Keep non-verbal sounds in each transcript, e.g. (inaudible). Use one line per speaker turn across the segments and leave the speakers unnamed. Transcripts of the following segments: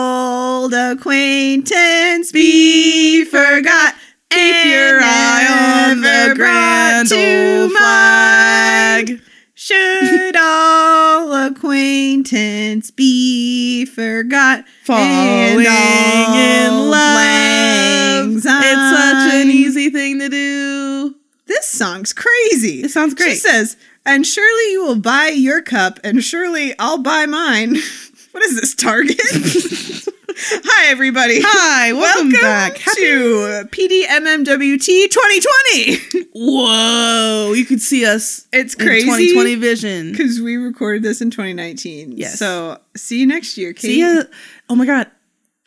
old acquaintance be forgot.
Keep your
and
eye on
never
the
brought
grand
to
old
mind.
flag.
Should all acquaintance be forgot?
Falling in
auld
love.
lang
It's such an
syne.
easy thing to do.
This song's crazy.
It sounds
She
great.
says, and surely you will buy your cup, and surely I'll buy mine. (laughs) What is this, Target? (laughs) Hi, everybody.
Hi, welcome, back.
to PDMMWT 2020.
Whoa, you could see us
(laughs) It's
in
crazy.
2020 vision.
Because we recorded this in 2019.
Yes.
So see you next year, Kate.
See ya. Oh my god.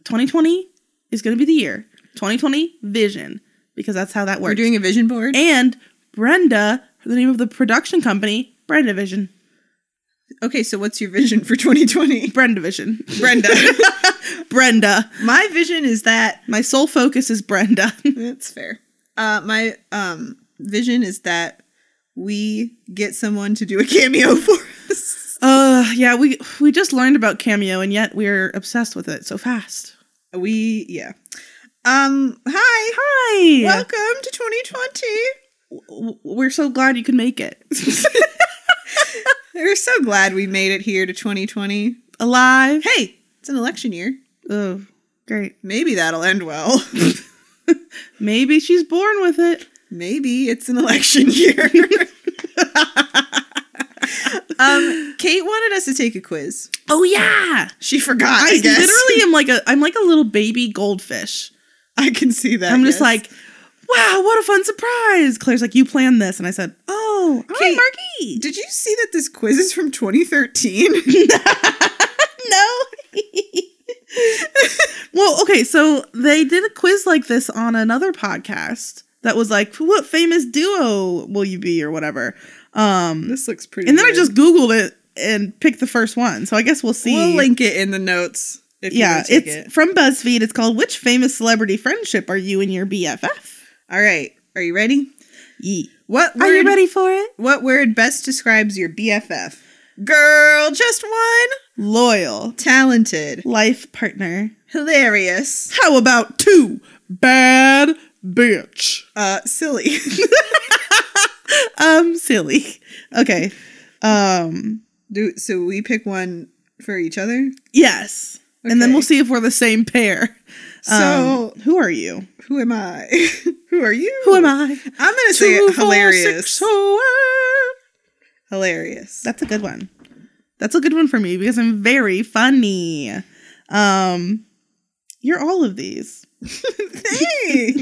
2020 is going to be the year. 2020 vision because that's how that
We're
works.
doing a vision board.
and Brenda, the name of the production company, Brenda Vision.
okay, so what's your vision for 2020?
Brenda Vision. (laughs)
(laughs) Brenda.
Brenda.
My vision is that
My sole focus is Brenda. (laughs)
That's fair. Uh, my um, vision is that we get someone to do a cameo (laughs) for us.
uh yeah, we we just learned about Cameo and yet we're obsessed with it so fast.
We, yeah. Um, hi.
Hi.
Welcome to 2020.
W- We're so glad you can
(laughs)
make it.
We're so glad we made it here to 2020.
Alive.
Hey, it's an election year.
Oh, great.
Maybe that'll end well. (laughs)
Maybe she's born with it.
Maybe it's an election (laughs) year. um, Kate wanted us to take a quiz.
Oh yeah.
She forgot. I,
I
guess.
literally am like a I'm like a little baby goldfish.
(laughs) I can see that.
I'm just
yes.
like, wow, what a fun surprise. Claire's like, you planned this. And I said, oh, all
Kate,
right, Marky.
Did you see that this quiz is from
(laughs)
2013?
no. (laughs) well, okay, so they did a quiz like this on another podcast that was like, what famous duo will you be or whatever. Um,
this looks pretty.
and then I
good.
just Googled it and picked the first one. So I guess we'll see.
we'll link it in the notes. If you
yeah,
wanna take
it's
it.
from BuzzFeed. It's called Which Famous Celebrity Friendship Are You and Your BFF?
all right. Are you ready?
Yee.
What word,
Are you ready for it?
What word best describes your BFF? Girl, just one.
Loyal.
Talented,
life partner.
hilarious,
How about two bad bitch?
uh, silly.
(laughs) Um, silly. Okay. Um,
Do so. We pick one for each other.
yes. And then
Okay.
we'll see if we're the same pair.
So-
Um, who are you?
Who am I? (laughs) Who are you?
Who am I?
I'm gonna say
Two, four,
hilarious.
six, oh, ah.
hilarious.
That's a good one. That's a good one for me because I'm very funny. Um, you're all of these. (laughs)
Hey,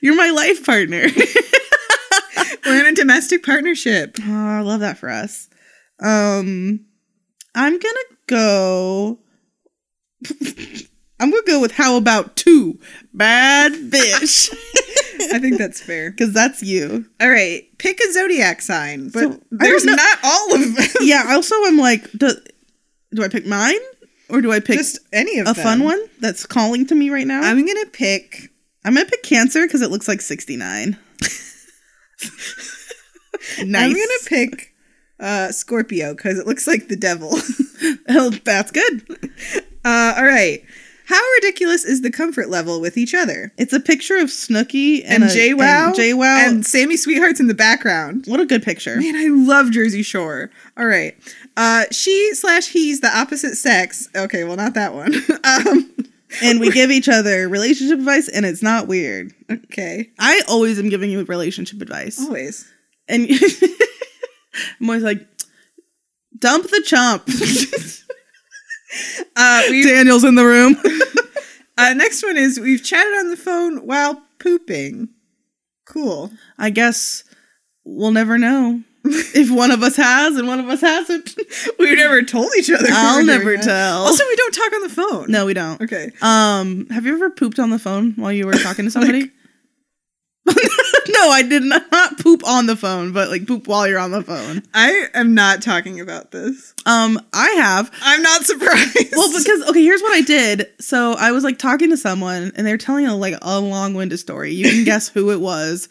You're my life partner. (laughs)
we're in a domestic partnership.
Oh, I love that for us. Um, I'm gonna go. I'm gonna go with how about two bad bitch (laughs)
I think that's fair.
because that's you.
All right, pick a zodiac sign, but
So, I don't
there's
know-
not all of them.
Yeah. Also, I'm like, do, do I pick mine or do I (laughs) pick
Just any of
a
them.
fun one that's calling to me right now? I'm,
I'm gonna pick.
gonna pick Cancer because it looks like 69. (laughs) nice.
I'm gonna pick uh, Scorpio because it looks like the devil. (laughs)
Oh, that's good.
uh, all right, how ridiculous is the comfort level with each other?
It's a picture of Snooky and,
And,
a-
Jay Wow,
and Jay Wow.
and Sammy Sweetheart's in the background.
what a good picture.
Man, I love Jersey Shore. All right, uh, she slash he's the opposite sex. Okay, well, not that one. (laughs) um,
(laughs) and we give each other relationship advice and it's not weird.
okay,
I always am giving you relationship advice.
always.
And (laughs) I'm always like, dump the (laughs) chump.
Uh, we
Daniel's in the room.
Uh, next one is we've chatted on the phone while pooping. Cool.
I guess we'll never know if one of us has and one of us hasn't. (laughs)
We've never told each other. we
I'll
were doing
never
that.
tell.
Also, we don't talk on the phone.
no, we don't.
Okay.
Um, have you ever pooped on the phone while you were talking to somebody? (laughs) no, I did not, not poop on the phone, but like poop while you're on the phone.
I am not talking about this.
Um, I have.
I'm not surprised. (laughs)
Well, because okay, here's what I did. So I was like talking to someone, and they're telling a, like a long-winded story. You can guess (laughs) who it was,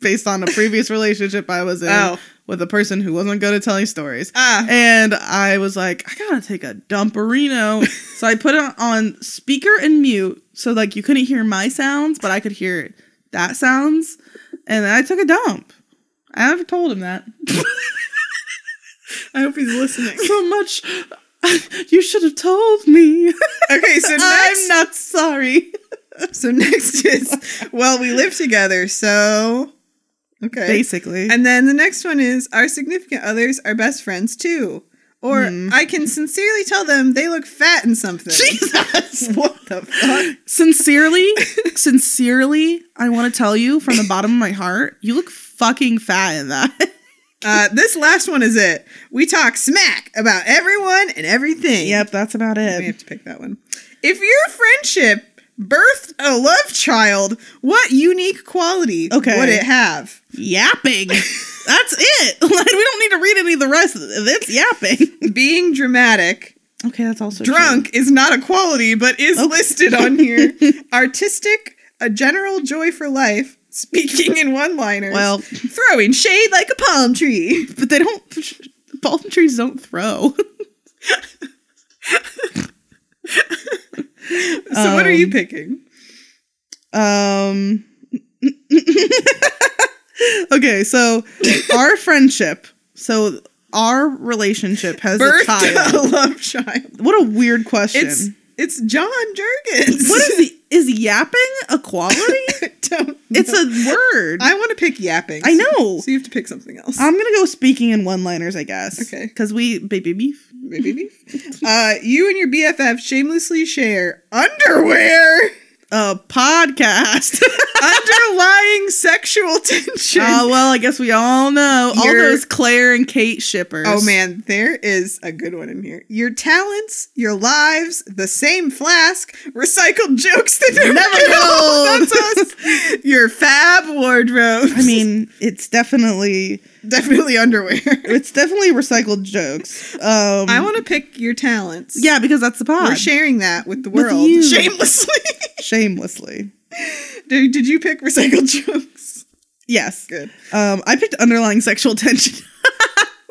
based on a previous relationship I was in,
oh,
with a person who wasn't good at telling stories.
Ah,
And I was like, I gotta take a
(laughs)
dumperino. so I put it on speaker and mute. So like you couldn't hear my sounds, but I could hear that sounds. And then I took a dump. I never told him that. (laughs)
I hope he's listening.
So much (laughs) you should have told me.
(laughs) Okay, (laughs) so next,
(laughs) I'm not sorry.
so
(laughs)
next is well, we live together, so okay.
Basically.
And then the next one is our significant others are best friends too. Or
Hmm.
I can sincerely tell them they look fat in something.
Jesus. (laughs)
what the fuck? (laughs)
Sincerely, sincerely, I want to tell you from the bottom of my heart, you look fucking fat in that.
Uh, this last one is it. We talk smack about everyone and everything.
that's about
We have to pick that one. If your friendship birthed a love child, what unique quality
Okay.
would it have?
Yapping. That's it. (laughs) Like we don't need to read any of the rest. That's yapping.
Being dramatic,
Okay, that's also
drunk is not a quality, but is listed
(laughs)
on here. Artistic, a general joy for life, speaking in one liners.
Well,
throwing shade like a palm tree. (laughs)
but they don't. Palm trees don't throw. (laughs)
So, what are you
Um,
picking?
Um. (laughs) okay, so our friendship, so our relationship has a
Birth
child.
a (laughs) love child.
What a weird question.
It's it's John Jurgens.
what is is yapping a quality?
(laughs)
(laughs)
I don't
it's
know.
a word. I,
I want to pick yapping.
know. Um,
So you have to pick something else.
I'm gonna go speaking in one-liners, I guess.
Okay.
Because we baby
(laughs)
beef.
Maybe beef. Uh, you and your BFF shamelessly share underwear,
A podcast.
underlying (laughs) sexual tension.
Oh well, I guess we all know all
You're-
those Claire and Kate shippers.
oh man, there is a good one in here. Your talents, your lives, the same flask, recycled jokes that never,
Never
get
go.
old. (laughs) That's us. Your fab wardrobe.
I mean, it's definitely
definitely underwear.
it's definitely recycled jokes. Um,
I want to pick your talents.
yeah, because that's the pod.
We're sharing that with the
With
world
you.
shamelessly.
Shamelessly,
(laughs) did, did you pick recycled jokes?
yes.
Good.
Um, I picked underlying sexual (laughs) tension.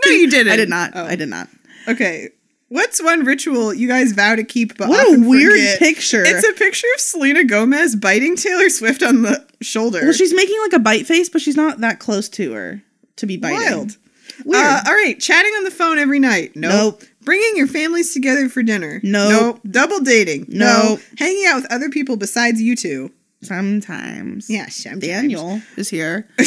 No, you didn't.
I did not.
Oh.
I did not.
Okay. What's one ritual you guys vow to keep but
What a
often
weird
forget?
picture.
It's a picture of Selena Gomez biting Taylor Swift on the shoulder.
well, she's making like a bite face, but she's not that close to her to be biting.
Wild.
Weird.
Uh, all right, chatting on the phone every night. Nope.
Nope.
Bringing your families together for dinner.
Nope.
Double dating.
Nope.
Hanging out with other people besides you two.
Sometimes.
Yeah, sometimes.
Daniel is here.
(laughs)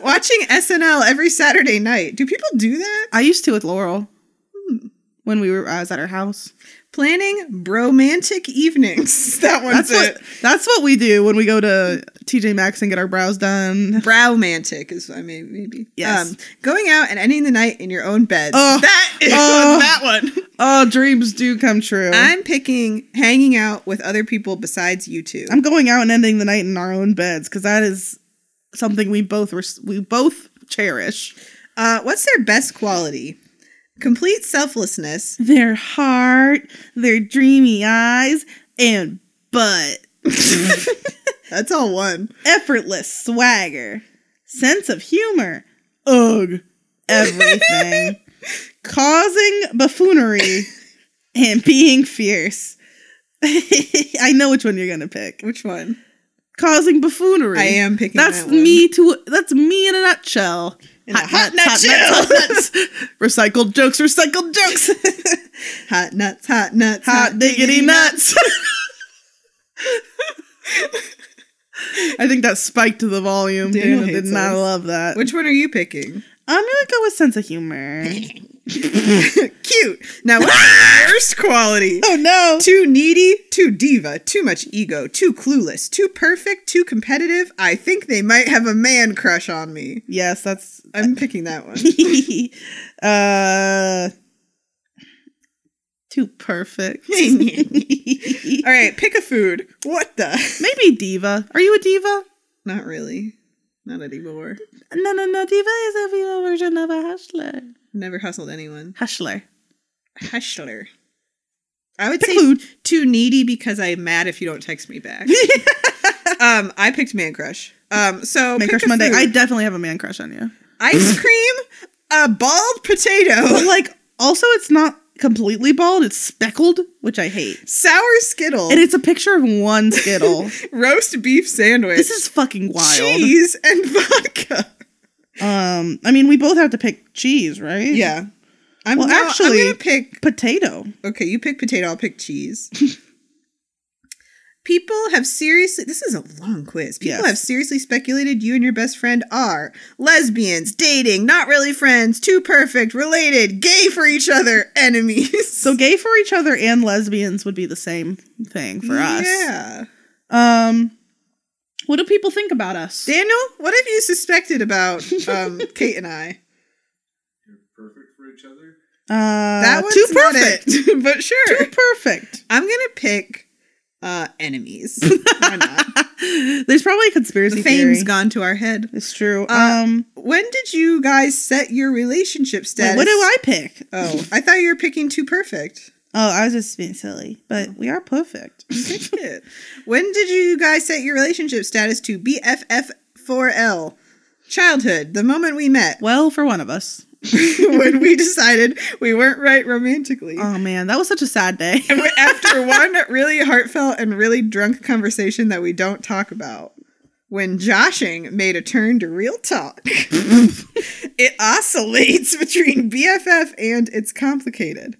Watching SNL every Saturday night. Do people do that?
I used to with Laurel Hmm. when we were. I was at her house.
Planning bromantic evenings. (laughs) That one's
That's
it.
what, that's what we do when we go to TJ Maxx and get our brows
(laughs)
done.
Browmantic is I mean maybe. Um,
Yes.
going out and ending the night in your own bed.
Oh. (laughs)
that is
Oh.
that one.
Oh, dreams do come true. I'm,
I'm picking hanging out with other people besides you two.
going out and ending the night in our own beds because that is something we both res- we both cherish.
Uh, what's their best quality? Complete selflessness.
Their heart, their dreamy eyes, and butt,
That's all one.
effortless swagger, sense of humor. Ugh, everything, causing buffoonery, and being fierce. (laughs) I know which one you're gonna
(laughs)
pick.
Which one?
causing buffoonery.
I am picking.
That's
that one.
me to. That's me in a nutshell.
In a hot nutshell. (laughs)
nuts, hot nuts. recycled jokes. Recycled jokes.
Hot nuts. Hot nuts.
hot diggity nuts.
(laughs)
I think that spiked the volume.
Daniel
Daniel, did
hates
not
us.
love that.
Which one are you picking?
I'm gonna go with sense of humor.
(laughs) Cute. (laughs) Now, what's the worst quality?
oh no. (laughs)
Too needy, too diva, too much ego, too clueless, too perfect, too competitive. I think they might have a man crush on me.
Yes, that's.
I'm picking that (laughs) one.
uh, too
(laughs)
perfect. (laughs)
All right, pick a food. What the?
Maybe diva. Are you a diva?
Not really. Not anymore.
No, no, no. Diva is a female version of a hustler.
Never hustled anyone.
Hustler.
Hustler. I would
Pick
say
food.
too needy because I'm mad if you don't text me
(laughs)
back. um, I picked man crush. Um, so
Man
pick
crush
a
Monday.
food.
I definitely have a man crush on you. (laughs)
ice cream, a bald potato,
But (laughs) like, also, it's not completely bald. It's speckled, which I hate.
sour skittle,
And it's a picture of
(laughs)
one Skittle.
roast beef sandwich.
this is fucking wild.
cheese and (laughs) vodka.
Um, I mean, we both have to pick cheese, right?
Yeah. I'm
Well,
no,
actually-
I'm gonna pick
Potato.
okay, you pick potato, I'll pick cheese. (laughs) People have seriously this is a long quiz. People
Yes.
have seriously speculated you and your best friend are lesbians, dating, not really friends, too perfect, related, gay for each other, (laughs) enemies.
So gay for each other and lesbians would be the same thing for us.
Yeah.
Um, what do people think about us?
Daniel, what have you suspected about
(laughs)
um, Kate and I?
You're perfect for each other.
Uh,
That
that
one's
too
not
perfect.
(laughs) it, but sure.
Too perfect.
I'm gonna pick uh,
(laughs)
enemies. Why not?
There's probably a conspiracy
The
theory.
fame's gone to our head.
It's true.
Uh,
um,
When did you guys set your relationship
wait,
status?
what do I pick?
Oh, I thought you were picking two perfect.
Oh, I was just being silly, but we are perfect. (laughs)
Pick it. when did you guys set your relationship status to BFF4L? Childhood, the moment we met, (laughs)
well, for one of us.
when we decided we weren't right romantically.
Oh man, that was such a
(laughs)
sad day.
After one really heartfelt and really drunk conversation that we don't talk about, when joshing made a turn to real talk, (laughs) it oscillates between BFF and it's complicated.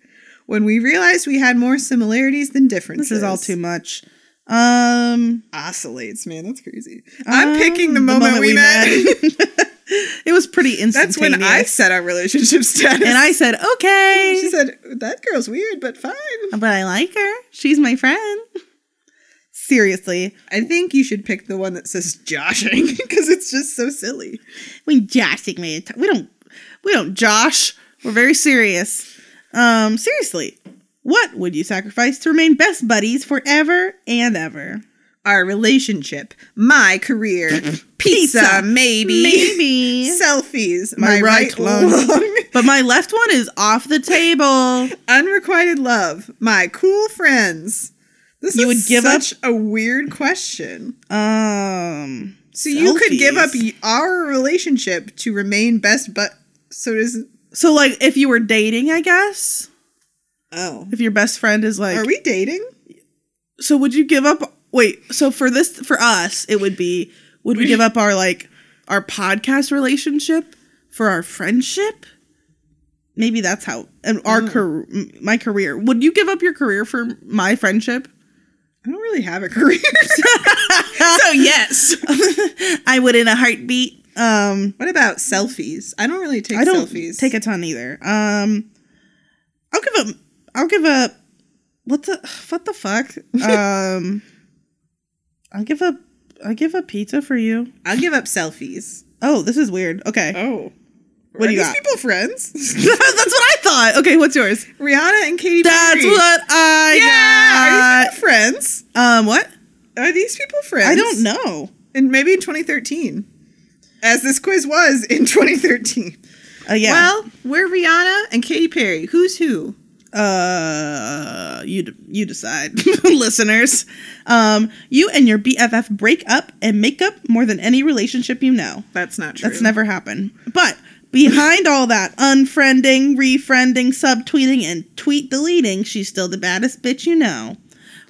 When we realized we had more similarities than differences,
(laughs) this is all too much. Um,
oscillates, man. That's crazy. I'm
um,
picking the moment, we, met.
met. it was pretty instantaneous.
(laughs) That's when (laughs) I set our relationship (laughs) status.
and I said, okay.
(laughs) she said that girl's weird, but fine.
but I like her. She's my friend. Seriously,
I think you should pick the one that says joshing (laughs) because it's just so silly.
we joshing me. We don't. We don't josh. We're very serious. Um, seriously, what would you sacrifice to remain best buddies forever and ever?
Our relationship, my career, pizza, (laughs)
Pizza,
maybe,
Maybe.
selfies,
My
my,
right
right,
lung.
lung,
but my left one is off the table.
unrequited love, my cool friends. This
You
is
would give up-
such a weird question.
Um,
So you could give up
selfies.
y- our relationship to remain best, but so does
So like, if you were dating, I guess,
oh.
if your best friend is like,
Are we dating?
so would you give up wait so for this for us it would be would we give up our like our podcast relationship for our friendship maybe that's how and our
Oh.
career my career would you give up your career for my friendship (laughs)
I don't really have a (laughs) career. so yes.
i would in a heartbeat um
What about selfies? I don't really take
i don't
selfies.
take a ton either um i'll give up i'll give up what the (sighs) what the fuck
(laughs)
um i'll give up i'll give up pizza for you
I'll give up selfies.
oh this is weird okay
Oh.
What
What
do
are
you
these
got?
people friends? (laughs)
(laughs) That's what I thought. Okay, what's yours?
Rihanna and Katy
That's
Perry.
what I
Yeah. Are
yeah.
these people friends?
Um, what?
Are these people friends?
I don't know.
And maybe in 2013, as this quiz was in (laughs) 2013.
Uh, yeah.
Well, we're Rihanna and Katy Perry. Who's who?
uh, you d- you decide, (laughs) listeners. Um, you and your BFF break up and make up more than any relationship you know.
That's not true.
That's never happened. But behind all that unfriending, refriending, subtweeting, and tweet deleting, she's still the baddest bitch you know.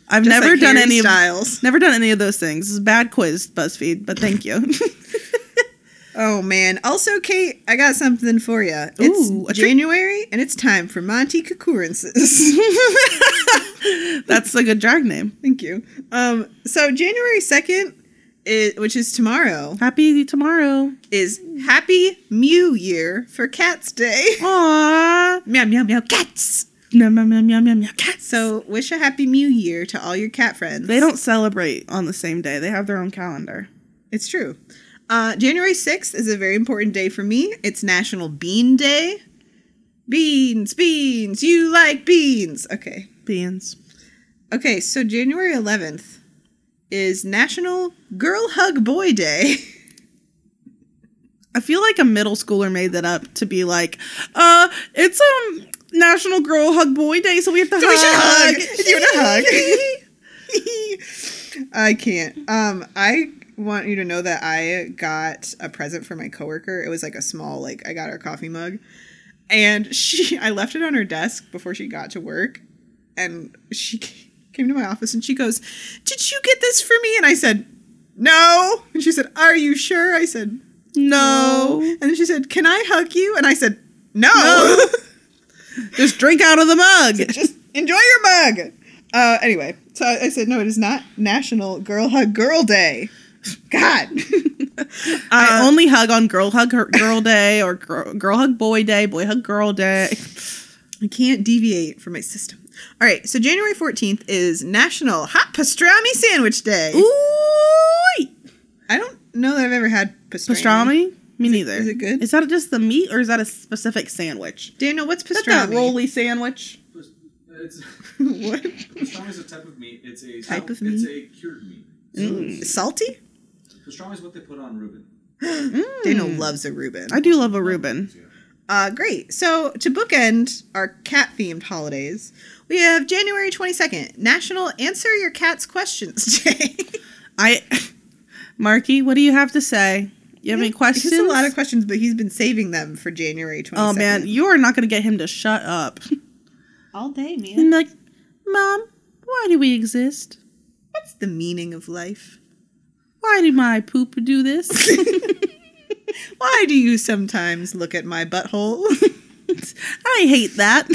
I've
Just
never
like
done
Harry
any of
Styles.
Never done any of those things. This is a bad quiz, BuzzFeed, but thank you. (laughs)
Oh man! Also, Kate, I got something for you. It's
Ooh, a treat.
January, and it's time for Monty Cucurances.
That's like a drag name.
(laughs) Thank you. Um, so January second, which is tomorrow,
Happy tomorrow.
is Happy Mew Year for Cats Day. (laughs)
Aww.
meow meow meow cats.
Meow, meow, meow, meow, meow, meow. Cats.
So wish a Happy Mew Year to all your cat friends.
They don't celebrate on the same day. They have their own calendar.
It's true. Uh, January 6th is a very important day for me. It's National Bean Day. Beans, beans, you like beans. Okay.
Beans.
Okay, so January 11th is National Girl Hug Boy Day. (laughs)
I feel like a middle schooler made that up to be like, uh, it's um National Girl Hug Boy Day, so we have to
So
hug.
we should (laughs) (laughs) hug.
(laughs)
Do you want to hug? I can't. Um, I want you to know that I got a present for my coworker. It was like a small, like I got her a coffee mug, and (laughs) she, I left it on her desk before she got to work, and she (laughs) came to my office and she goes, "Did you get this for me?" And I said, "No." And she said, "Are you sure?" I said,
No.
"And then she said, "Can I hug you?" And I said, "No." (laughs)
No. Just drink out of the mug.
Just enjoy your mug. Uh, anyway, so I I said, no, it is not National Girl Hug Girl Day. God.
I
uh,
only hug on girl hug her- girl day or girl, girl hug boy day, boy hug
(laughs)
girl day.
(laughs) I can't deviate from my system. All right, so January 14th is National Hot Pastrami Sandwich Day.
Ooh,
I don't know that I've ever had pastrami.
pastrami? Me neither.
is it good?
Is that just the meat or is that a specific sandwich?
Daniel, what's
Is that
pastrami?
that roly sandwich?
Past- It's (laughs)
what?
pastrami is a type of meat. It's a
Type of
It's
meat?
a cured meat.
Mm, salty?
Pastrami is what they put on
(laughs)
Reuben.
Hmm. Daniel loves a Reuben.
I do love a Reuben.
Yeah.
Uh, great. So, to bookend our cat themed holidays, we have January 22nd, National Answer Your Cat's Questions (laughs) Day.
I, (laughs) Marky, what do you have to say? You have any questions?
He has a lot of questions, but he's been saving them for January 22nd.
oh man, you are not going to get him to shut up.
(laughs) All day, man.
and like, Mom, why do we exist?
What's the meaning of
(laughs)
life? (laughs)
Why do my poop do this? (laughs)
Why do you sometimes look at my butthole? (laughs)
I hate that.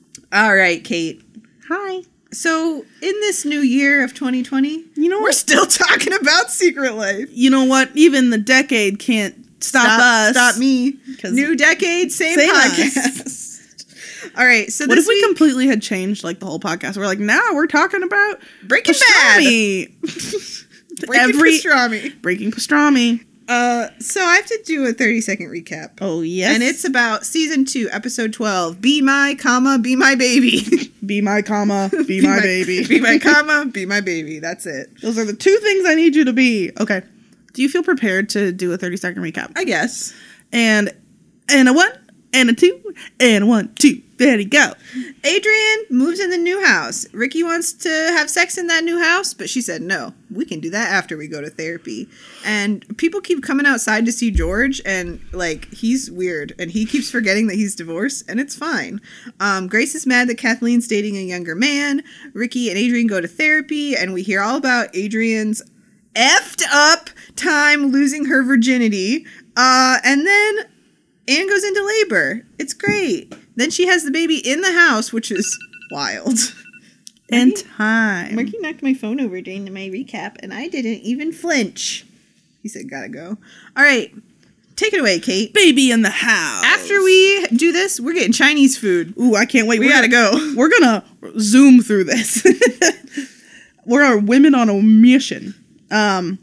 (laughs)
All right, Kate.
Hi.
So, in this new year of (laughs) 2020,
You know
we're still talking about Secret Life.
you know what? Even the decade can't stop, us.
Stop me.
'Cause-
New decade, same,
Same
podcast. (laughs) All right, so
What
this
if we
week,
completely had changed like the whole podcast? We're like, now we're talking about
Breaking Bad.
pastrami.
Breaking
Every-
pastrami.
Breaking pastrami.
Uh, so I have to do a 30 second recap.
Oh yes,
And it's about season two, episode twelve. Be my comma, be my baby. (laughs) Be,
be my
(laughs)
comma, be my baby.
Be
(laughs)
my comma, be my baby. That's it.
Those are the two things I need you to be. Okay. Do you feel prepared to do a 30 second recap?
I guess.
And and a one and a two and a one two. There you go.
Adrian moves in the new house. Ricky wants to have sex in that new house, but she said no. We can do that after we go to therapy. And people keep coming outside to see George, and like he's weird, and he keeps forgetting that he's divorced, and it's fine. Um, Grace is mad that Kathleen's dating a younger man. Ricky and Adrian go to therapy, and we hear all about Adrian's effed up time losing her virginity. Uh, and then Anne goes into labor. It's great. Then she has the baby in the house, which is (laughs) wild.
And time.
Marky knocked my phone over during my recap, and I didn't even flinch. He said, Gotta go. All right, take it away, Kate.
Baby in the house.
After we do this, we're getting Chinese food.
Ooh, I can't wait.
We
We're
gotta
gonna-
go.
We're gonna zoom through this. (laughs) we're our women on a mission. Um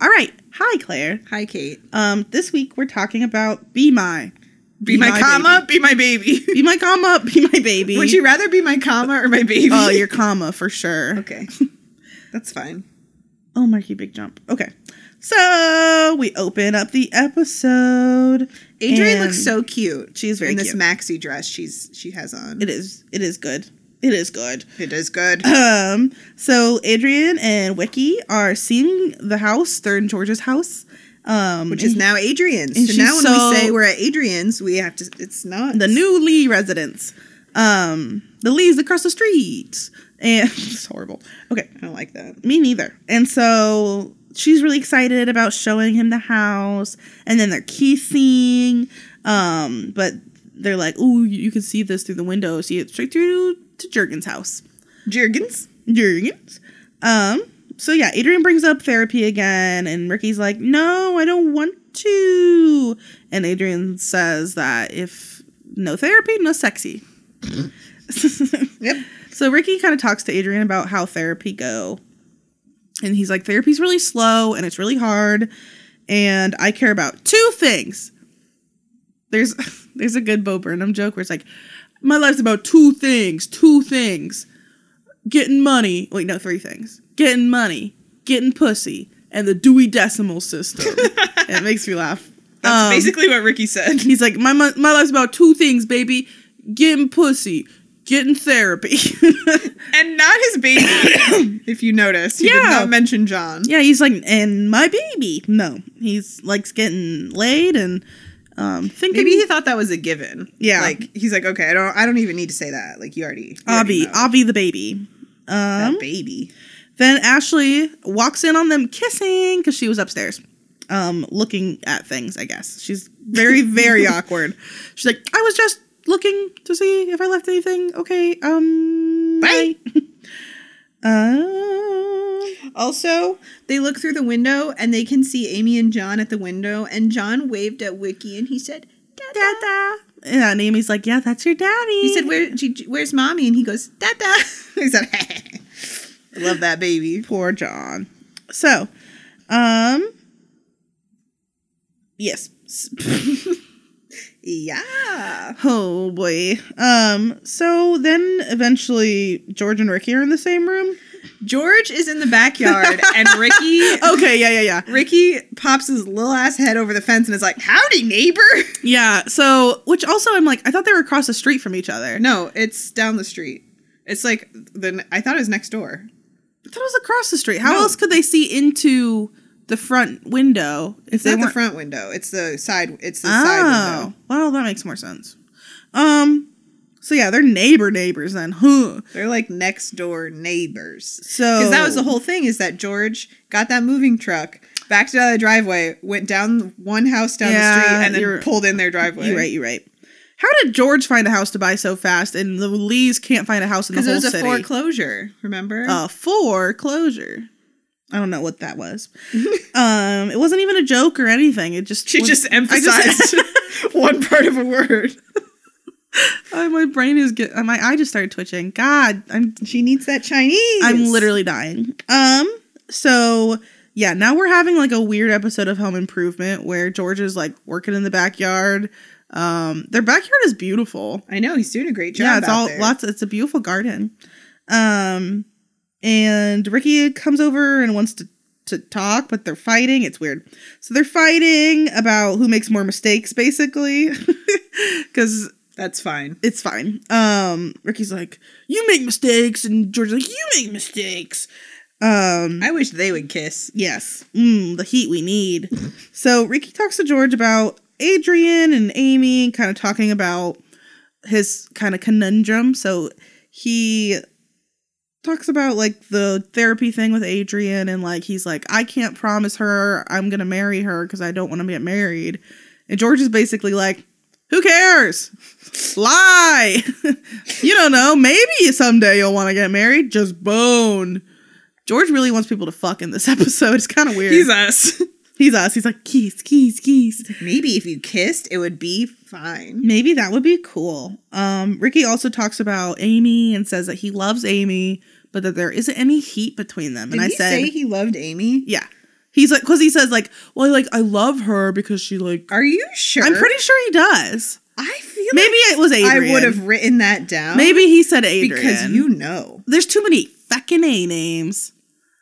all right. Hi Claire.
Hi, Kate.
Um this week we're talking about be my
Be, my, comma, be my baby.
baby. Be my comma, be
(laughs)
my baby.
Would you rather be my comma or my baby?
Oh, your comma for sure.
okay.
(laughs)
That's fine.
Oh, Marky Big Jump. Okay. So we open up the episode.
Adrian
and
looks so cute.
She's very
in this
cute.
maxi dress she's she has on.
It is. It is good. It is good.
it is (laughs) good.
Um. So Adrian and Wiki are seeing the house. They're in George's house. Um,
which is now Adrian's.
And
so
she's
now when
so-
we say we're at Adrian's, we have to. It's not
the new Lee residence. Um, the Lees across the street. And (laughs) it's horrible. Okay.
I don't like that.
Me neither. And so she's really excited about showing him the house, and then they're kissing. Um, but they're like, "Oh, you you can see this through the window. See it straight through to Jurgen's house."
Jergens.
Jurgens. Um. So yeah, Adrian brings up therapy again, and Ricky's like, "No, I don't want to." And Adrian says that if no therapy, no sexy.
Yep.
So Ricky kind of talks to Adrian about how therapy go. And he's like, therapy's really slow and it's really hard. And I care about two things. There's (laughs) there's a good Bo Burnham joke where it's like, my life's about two things, two things. Getting money. Wait, no, three things. Getting money, getting pussy, and the Dewey Decimal System. And it makes me laugh. Um,
what Ricky said.
He's like, my, my my life's about two things, baby: getting pussy, get in
(coughs)
therapy. (laughs)
and not his (coughs) baby. if you notice, he did
Yeah.
not mention John.
yeah, he's like, and my baby. No, he's likes getting laid and um, thinking.
Maybe he thought that was a given.
Yeah.
like he's like, okay, I don't, I don't even need to say that. Like you already, you already
Abby,
know.
Abby the baby.
That
Um,
baby.
Then Ashley walks in on them kissing because she was upstairs, um, looking at things. I guess she's (laughs) very, very awkward. She's like, "I was just looking to see if I left anything. Okay, um,
Bye."
(laughs) Uh,
Also, they look through the window and they can see Amy and John at the window. And John waved at Wiki and he said, "Dada."
Dada. And Amy's like, "Yeah, that's your daddy."
He said, "Where? She, where's mommy?" And he goes, "Dada." (laughs) he said, (laughs) "I love that baby."
poor John." So, um, yes. (laughs)
Yeah.
Oh boy. Um, so then eventually George and Ricky are in the same room.
George is in the
(laughs)
backyard and Ricky.
Okay, yeah, yeah, yeah.
Ricky pops his little ass head over the fence and is like, "Howdy, neighbor."
Yeah. So which also I'm like, I thought they were across the street from each other.
No, it's down the street. It's like the I thought it was next door.
I thought it was across the street. How
No.
else could they see into the front window if
It's
they
not the
weren't-
front window. It's the side. It's the side
Oh,
window.
well, that makes more sense. Um, so yeah, they're neighbor neighbors then, huh?
They're like next door neighbors.
So
Because that was the whole thing is that George got that moving truck, backed it out of the driveway, went down one house down the
Yeah,
street, and
you're-
then pulled in their driveway.
You're right. You're right. How did George find a house to buy so fast, and the Lees can't find a house in the
Because
whole
it was a
city?
foreclosure. Remember?
uh, foreclosure. I don't know what that was. (laughs) um, it wasn't even a joke or anything. It just
she
was-
just
I just- (laughs)
(laughs) emphasized one part of a word.
Oh, my brain is get uh, my eye just started twitching. God, I'm
She needs that Chinese.
I'm literally dying. Um, so yeah, now we're having like a weird episode of Home Improvement where George is like working in the backyard. Um, their backyard is beautiful.
I know he's doing a great job.
yeah, it's
out
all
there.
lots. It's a beautiful garden. Um, and Ricky comes over and wants to to talk, but they're fighting. It's weird. So they're fighting about who makes more mistakes, basically, (laughs) because
That's fine.
it's fine. Um, Ricky's like, you make mistakes, and George's like, you make mistakes. Um,
I wish they would kiss.
yes, mm, the heat we need. so Ricky talks to George about Adrian and Amy, kind of talking about his kind of conundrum. So he talks about like the therapy thing with Adrian, and like he's like, I can't promise her I'm gonna marry her because I don't want to get married. And George is basically like, Who cares? Lie. (laughs) you don't know. Maybe someday you'll want to get married. Just bone. George really wants people to fuck in this (laughs) episode. It's kind of weird.
He's us.
He's us. He's like, keys, keys, keys.
(laughs) Maybe if you kissed, it would be fine.
Maybe that would be cool. Um, Ricky also talks about Amy and says that he loves Amy, but that there isn't any heat between them.
Did
and I
he
said,
say he loved Amy?
yeah, he's like, because he says like, well, like I love her because she like.
Are you sure?
I'm pretty sure he does.
I feel
Maybe it was
like
Adrian.
I would have written that down.
Maybe he said Adrian
because you know,
There's too many fucking A names.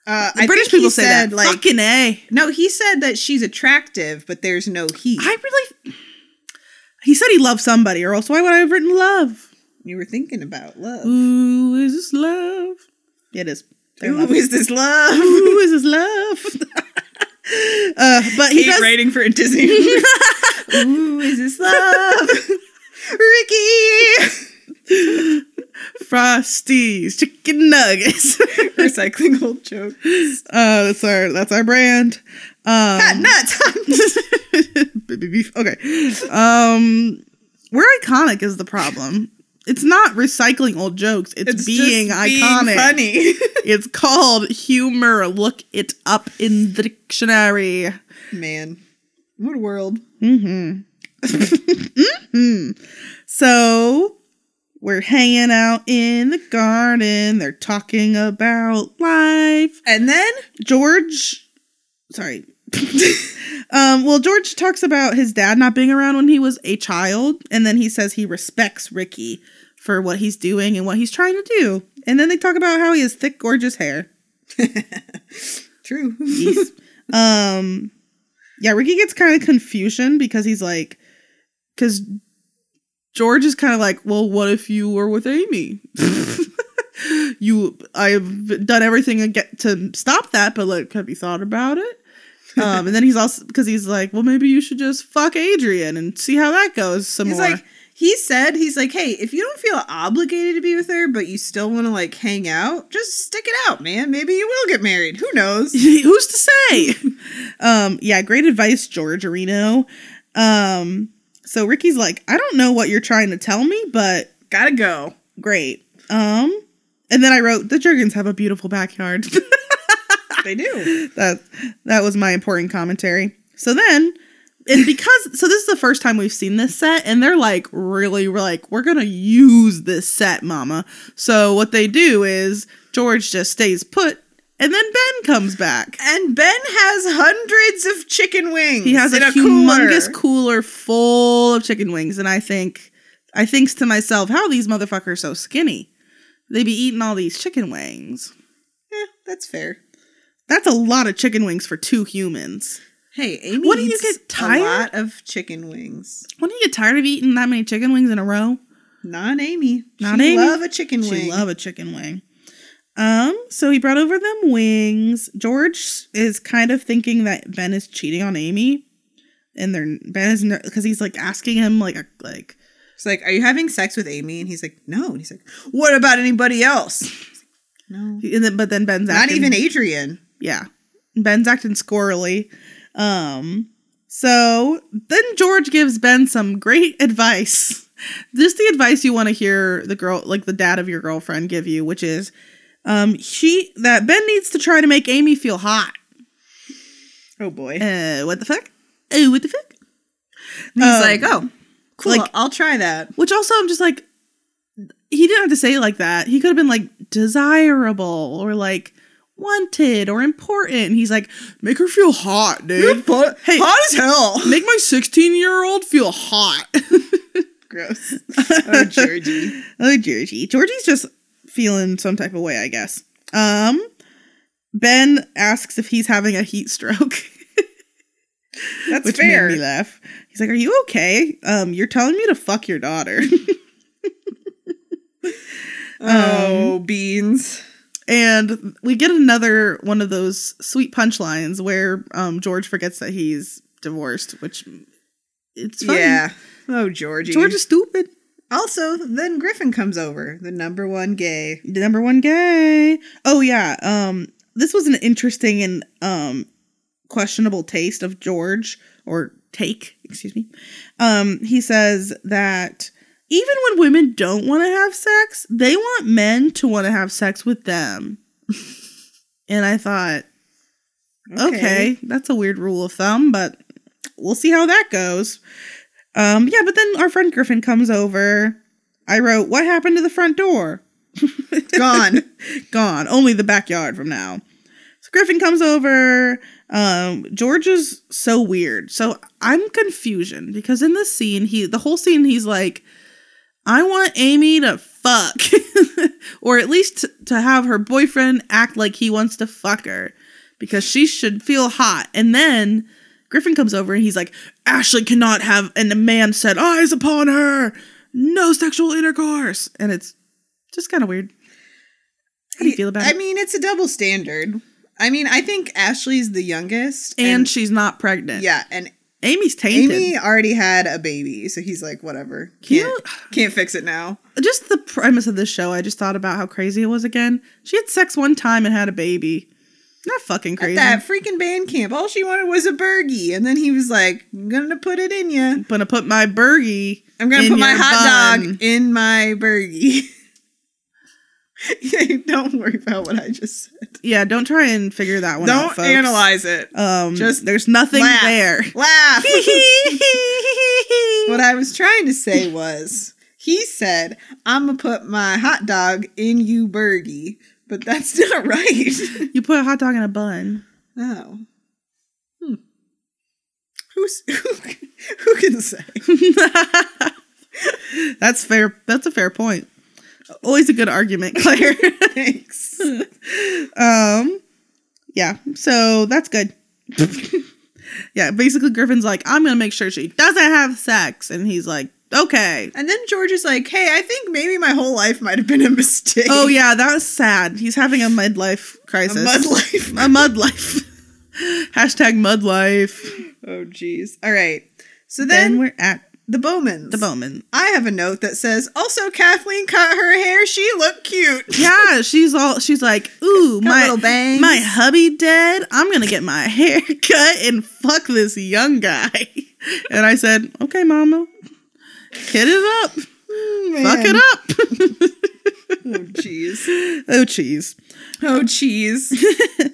uh,
The
I
British
think he
people say
said,
that.
Like
fucking A.
no, he said that she's attractive, but there's no heat.
I really. He said he loved somebody, or else why would I have written love?
you were thinking about love.
Ooh, is this love? Yeah, it is. They're
Who
love.
is this love?
Who is this love?
(laughs)
uh, but he
Hate
does.
writing for a (laughs) Disney. movie. Ooh, is this love? Ricky.
Frosties, chicken nuggets. (laughs)
Recycling old joke.
uh, that's our that's our brand. Um,
Hot nuts. (laughs)
(laughs) baby beef. Okay. Um, we're iconic is the problem. It's not recycling old jokes. It's, being
just
iconic.
funny. (laughs)
It's called humor. Look it up in the dictionary.
Man, what a world.
Mm-hmm. (laughs) hmm So we're hanging out in the garden. They're talking about life.
And then
George, sorry. (laughs) um, well, George talks about his dad not being around when he was a child, and then he says he respects Ricky for what he's doing and what he's trying to do. And then they talk about how he has thick, gorgeous hair.
True.
Jeez. um, yeah, Ricky gets kind of confusion because he's like, because George is kind of like, well, what if you were with Amy? (laughs) you, I've done everything to get to stop that, but like, have you thought about it? Um, and then he's also because he's like, well, maybe you should just fuck Adrian and see how that goes.
(laughs)
Some
He's
more.
like, he said, he's like, hey, if you don't feel obligated to be with her, but you still want to like hang out, just stick it out, man. Maybe you will get married. Who knows?
(laughs) Who's to say? um, yeah, great advice, George Areno. Um, so Ricky's like, I don't know what you're trying to tell me, but
Gotta go.
great. Um, and then I wrote, the Jurgens have a beautiful
(laughs)
backyard. (laughs)
They do.
that that was my important commentary. So then, and because so this is the first time we've seen this set, and they're like really we're like we're gonna use this set, Mama. So what they do is George just stays put, and then Ben comes back.
And Ben has hundreds of chicken wings.
He has a,
in
humongous
Hmm. cooler.
cooler. full of chicken wings, and I think, I thinks to myself, how are these motherfuckers so skinny? They be eating all these chicken wings.
Eh, that's fair.
That's a lot of chicken wings for two humans.
Hey, Amy,
Wouldn't you
eats
get tired?
A lot of chicken wings.
Wouldn't you get tired of eating that many chicken wings in a row?
Not Amy.
Not
she
Amy.
Love a chicken
She
wing.
love a chicken wing. Um, so he brought over them wings. George is kind of thinking that Ben is cheating on Amy, and they're Ben is because he's like asking him like a, like
She's like, "Are you having sex with Amy?" And he's like, "No." And he's like, "What about anybody else?" He's like, no.
and then, but then Ben's
Not
acting,
even Adrian.
yeah Ben's acting squirrely. Um, so then George gives Ben some great (laughs) advice. Just the advice you want to hear the girl like the dad of your girlfriend give you, which is um she that Ben needs to try to make Amy feel hot.
Oh boy.
uh, what the fuck? Oh, what the fuck?
And he's
Um,
like, "Oh, cool.
like-
I'll try
(laughs)
that."
Which also, I'm just like, he didn't have to say it like that. He could have been like desirable or like wanted or important. He's like, make her feel hot, dude. Hey,
hot as hell.
make my 16 year old feel hot. (laughs)
Gross. Oh, Georgie.
oh, Georgie. Georgie's just feeling some type of way, I guess. Um, Ben asks if he's having a heat stroke. (laughs)
That's
which
fair.
made me laugh. He's like, "Are you okay? Um, you're telling me to fuck your daughter." (laughs) Um,
oh, beans.
And we get another one of those sweet punchlines where um, George forgets that he's divorced, which it's funny.
Yeah. Oh, Georgie.
George is stupid.
also, then Griffin comes over, the number one gay.
The number one gay. Oh yeah. Um, this was an interesting and um, questionable taste of George or take. Excuse me. Um, he says that even when women don't want to have sex, they want men to want to have sex with them. (laughs) and I thought, okay. that's a weird rule of thumb, but we'll see how that goes. Um, yeah, but then our friend Griffin comes over. I wrote, "What happened to the front door? (laughs)
Gone.
Gone. Only the backyard from now." So Griffin comes over. Um, George is so weird. So I'm confusion because in this scene, he the whole scene he's like, "I want Amy to fuck, (laughs) or at least t- to have her boyfriend act like he wants to fuck her." because she should feel hot. And then Griffin comes over and he's like, Ashley cannot have, and a man set eyes upon her. No sexual intercourse. And it's just kind of weird. How do you feel about
I
it?
mean, it's a double standard. I mean, I think Ashley's the youngest,
And, she's not pregnant.
yeah, and
Amy's tainted.
Amy already had a baby, so he's like, whatever,
Can
can't can't fix it now.
just the premise of this show, I just thought about how crazy it was again. She had sex one time and had a baby. Not fucking
At
crazy.
that freaking band camp, all she wanted was a burgie, and then he was like, "I'm gonna put it in you.
I'm gonna put my burgie.
I'm gonna
in
put my
your
hot
bun."
dog in my (laughs) burgie." Yeah, Don't worry about what I just said.
Yeah, don't try and figure that one
Don't
out. folks.
analyze it.
Um,
Just
just there's nothing
laugh. (laughs)
there. (laughs)
Laugh. What I was trying to say was, he said, "I'm gonna put my hot dog in you, Bergie," but that's (laughs) not right. (laughs)
you put a hot dog in a bun.
oh, hmm. who's (laughs) who? Who can say?
(laughs) That's fair. That's a fair point. Always a good argument,
(laughs)
Claire.
Thanks.
um, yeah. So
(laughs)
that's good. yeah. Basically, Griffin's like, I'm gonna make sure she doesn't have sex, and he's like, okay.
And then George is like, hey, I think maybe my whole life might have been a mistake.
Oh yeah, that was sad. He's having a midlife
A
crisis.
mud life.
A mud life. (laughs) Hashtag mud life.
Oh, geez. All right. So
Then,
then,
we're at
the Bowmans.
the Bowman.
I have a note that says, also, Kathleen cut her hair. She looked cute.
Yeah, she's all she's like, ooh,
Got
my
little bangs.
my hubby dead. I'm gonna get my (laughs) hair cut and fuck this young guy. And I said, okay, mama, hit it up, fuck
Mm, Man.
it up. (laughs)
Oh, jeez.
oh, cheese.
Oh, jeez.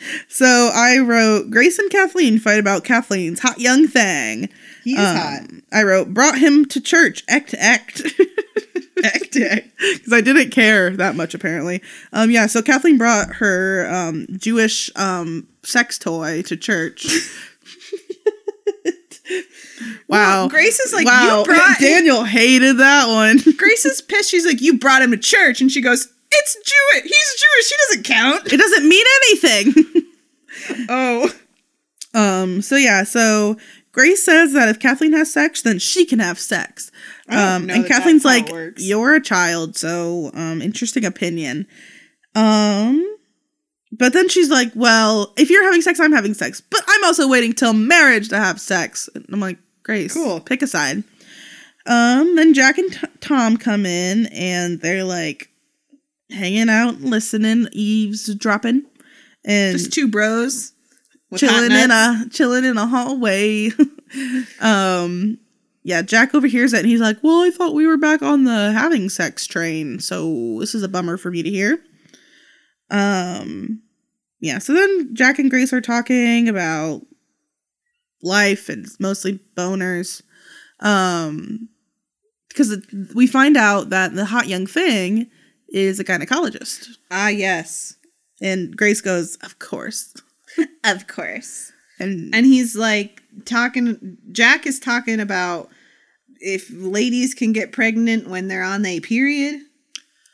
(laughs) So I wrote Grace and Kathleen fight about Kathleen's hot young thing.
He's
Um,
hot.
I wrote brought him to church. Act act. (laughs) act act. Because I didn't care that much apparently. Um yeah, so Kathleen brought her um Jewish um sex toy to church. wow.
(laughs) Well, Grace is like,
wow.
you brought
(laughs) Daniel hated that one. (laughs)
Grace is pissed. She's like, you brought him to church. And she goes, it's Jewish. He's Jewish. He doesn't count.
it doesn't mean anything. (laughs)
Oh.
Um, so yeah, so Grace says that if Kathleen has sex, then she can have sex.
I don't
Um,
know
and
that
Kathleen's
that's how it
like,
works.
"You're a child, so um, interesting opinion." Um, but then she's like, "Well, if you're having sex, I'm having sex, but I'm also waiting till marriage to have sex." And I'm like, "Grace,
Cool.
pick a side." Um, then Jack and T- Tom come in, and they're like hanging out, listening, eavesdropping, and
Just two bros. with hot
chilling in
nuts.
a chilling in a hallway. (laughs) um yeah, Jack overhears it and he's like, "Well, I thought we were back on the having sex train, so this is a bummer for me to hear." Um yeah, so then Jack and Grace are talking about life and it's mostly boners. Um because it- we find out that the hot young thing is a gynecologist.
Ah, yes.
And Grace goes, "Of course."
(laughs) Of course.
And,
and he's like talking jack is talking about if ladies can get pregnant when they're on their period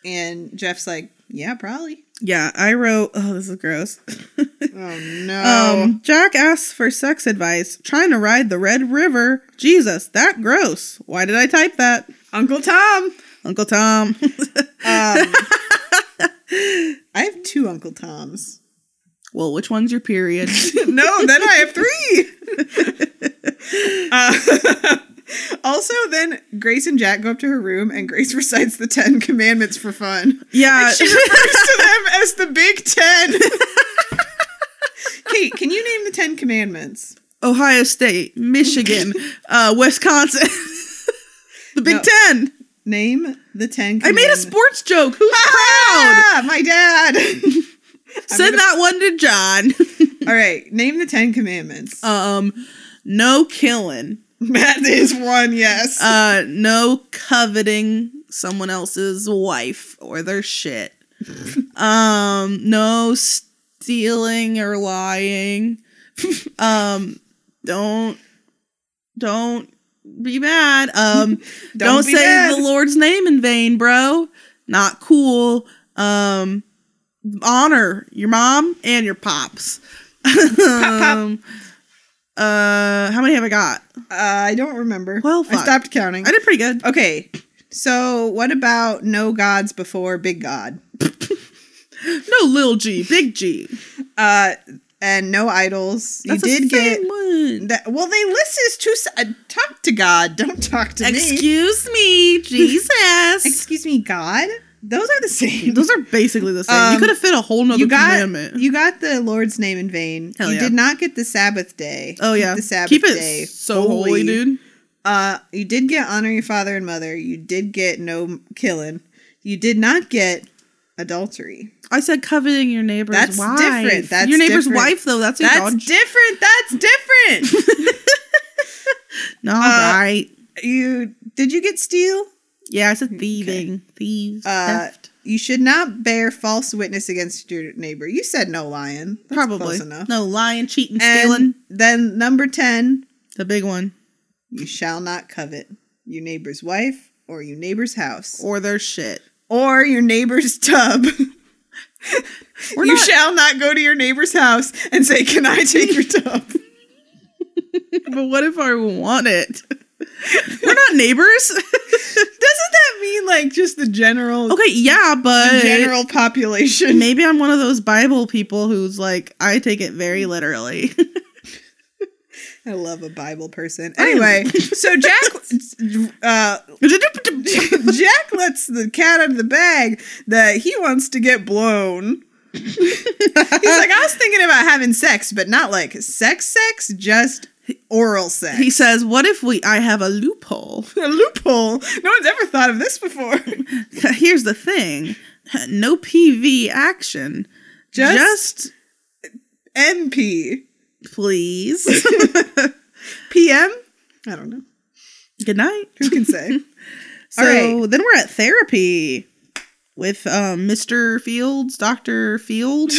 and jeff's like yeah probably
Yeah, I wrote. Oh, this is gross.
oh no
Um, Jack asks for sex advice. Trying to ride the Red River. Jesus, that gross. Why did I type that,
uncle tom
Uncle Tom? (laughs)
um, (laughs) i have two uncle toms
well, which one's your (laughs) period?
no then i have three Uh, also then grace and jack go up to her room and grace (laughs) recites the ten commandments for fun
yeah,
she refers to
(laughs)
them as the Big Ten. Kate, can you name the Ten Commandments?
Ohio State, (laughs) Michigan, uh, Wisconsin, (laughs) the Big
No.
Ten.
Name the Ten
I
Commandments.
made a sports joke. (laughs) Who's proud?
Ah, my dad.
Send that one to John.
(laughs)
(laughs)
All right, name the Ten Commandments.
um, no killing.
that is one, yes.
uh no coveting someone else's wife or
(laughs)
their shit um no stealing or lying (laughs) um don't don't be bad um
(laughs)
don't,
be
say
bad.
the lord's name in vain bro not cool um honor your mom and your pops (laughs)
pop.
Um, uh how many have i got
Uh, I don't remember.
Well,
I
fuck.
stopped counting.
i did pretty good
Okay, so what about no gods before big God?
No little G, big G.
Uh, and no idols.
That's
you
the
did get.
same one.
That, well, they list as two. s- Uh, talk to God. Don't talk to me.
Excuse me, Jesus.
Excuse me, God. Those are the same.
Those are basically the same.
Um,
you could have fit a whole nother
you got
commandment.
you got the Lord's name in vain.
Hell
you
yeah.
did not get the Sabbath day.
oh
Keep
yeah,
the Sabbath
keep it
day.
so holy. dude.
Uh, you did get honor your father and mother. You did get no killing. You did not get adultery.
I said coveting your neighbor's
That's
wife.
different. That's
your neighbor's
different.
wife though. That's a
That's
dodge.
different. That's different.
(laughs) no, right.
(laughs) you did you get steal?
Yeah, I said thieving, thieves,
Uh,
theft.
You should not bear false witness against your neighbor. You said no lying. That's
Probably
close enough.
no lying, cheating, stealing.
And then number ten,
The big one
You shall not covet your neighbor's wife or your neighbor's house
or their shit.
or your neighbor's (laughs) tub.
We're
you
not-
shall not go to your neighbor's house and (laughs) say, Can I take your tub?
(laughs) but what if I want it? We're not neighbors. (laughs)
Doesn't that mean like just the general
okay, yeah, but
general (laughs) population?
maybe I'm one of those Bible people who's like, I take it very literally. (laughs)
I love a Bible person. Anyway, (laughs) so Jack uh (laughs) Jack lets the cat out of the bag that he wants to get blown. (laughs) He's like, I was thinking about having sex, but not like sex sex, just oral sex.
he says, "What if we? I have a loophole. (laughs)
a loophole. No one's ever thought of this before. (laughs)
Here's the thing: no PV action.
Just-
Just
MP. (laughs)
please. (laughs)
PM? I don't know.
Good night."
Who can say?
(laughs) So
All
then we're at therapy with um, Mr. Fields, Dr.
(laughs)
Field.
Do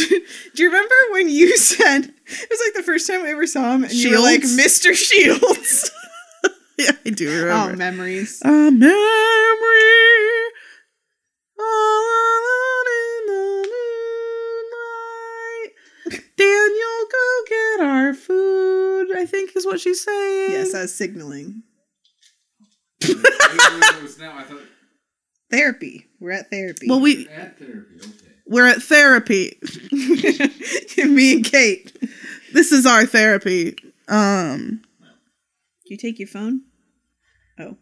you remember when you (laughs) said it was like the first time we ever saw him and you were like,
Shields?
Mr. Shields?
(laughs) yeah, I do
oh,
remember. Um,
memories.
a memory all alone in the moonlight.
(laughs)
Daniel, go get our food. I think is what she's saying.
Yes, I was signaling.
it was now. I thought
Therapy. We're at therapy.
well, we
at therapy. Okay.
we're at therapy. (laughs)
me and Kate. Do
This is our therapy. Um,
you take your phone? Oh.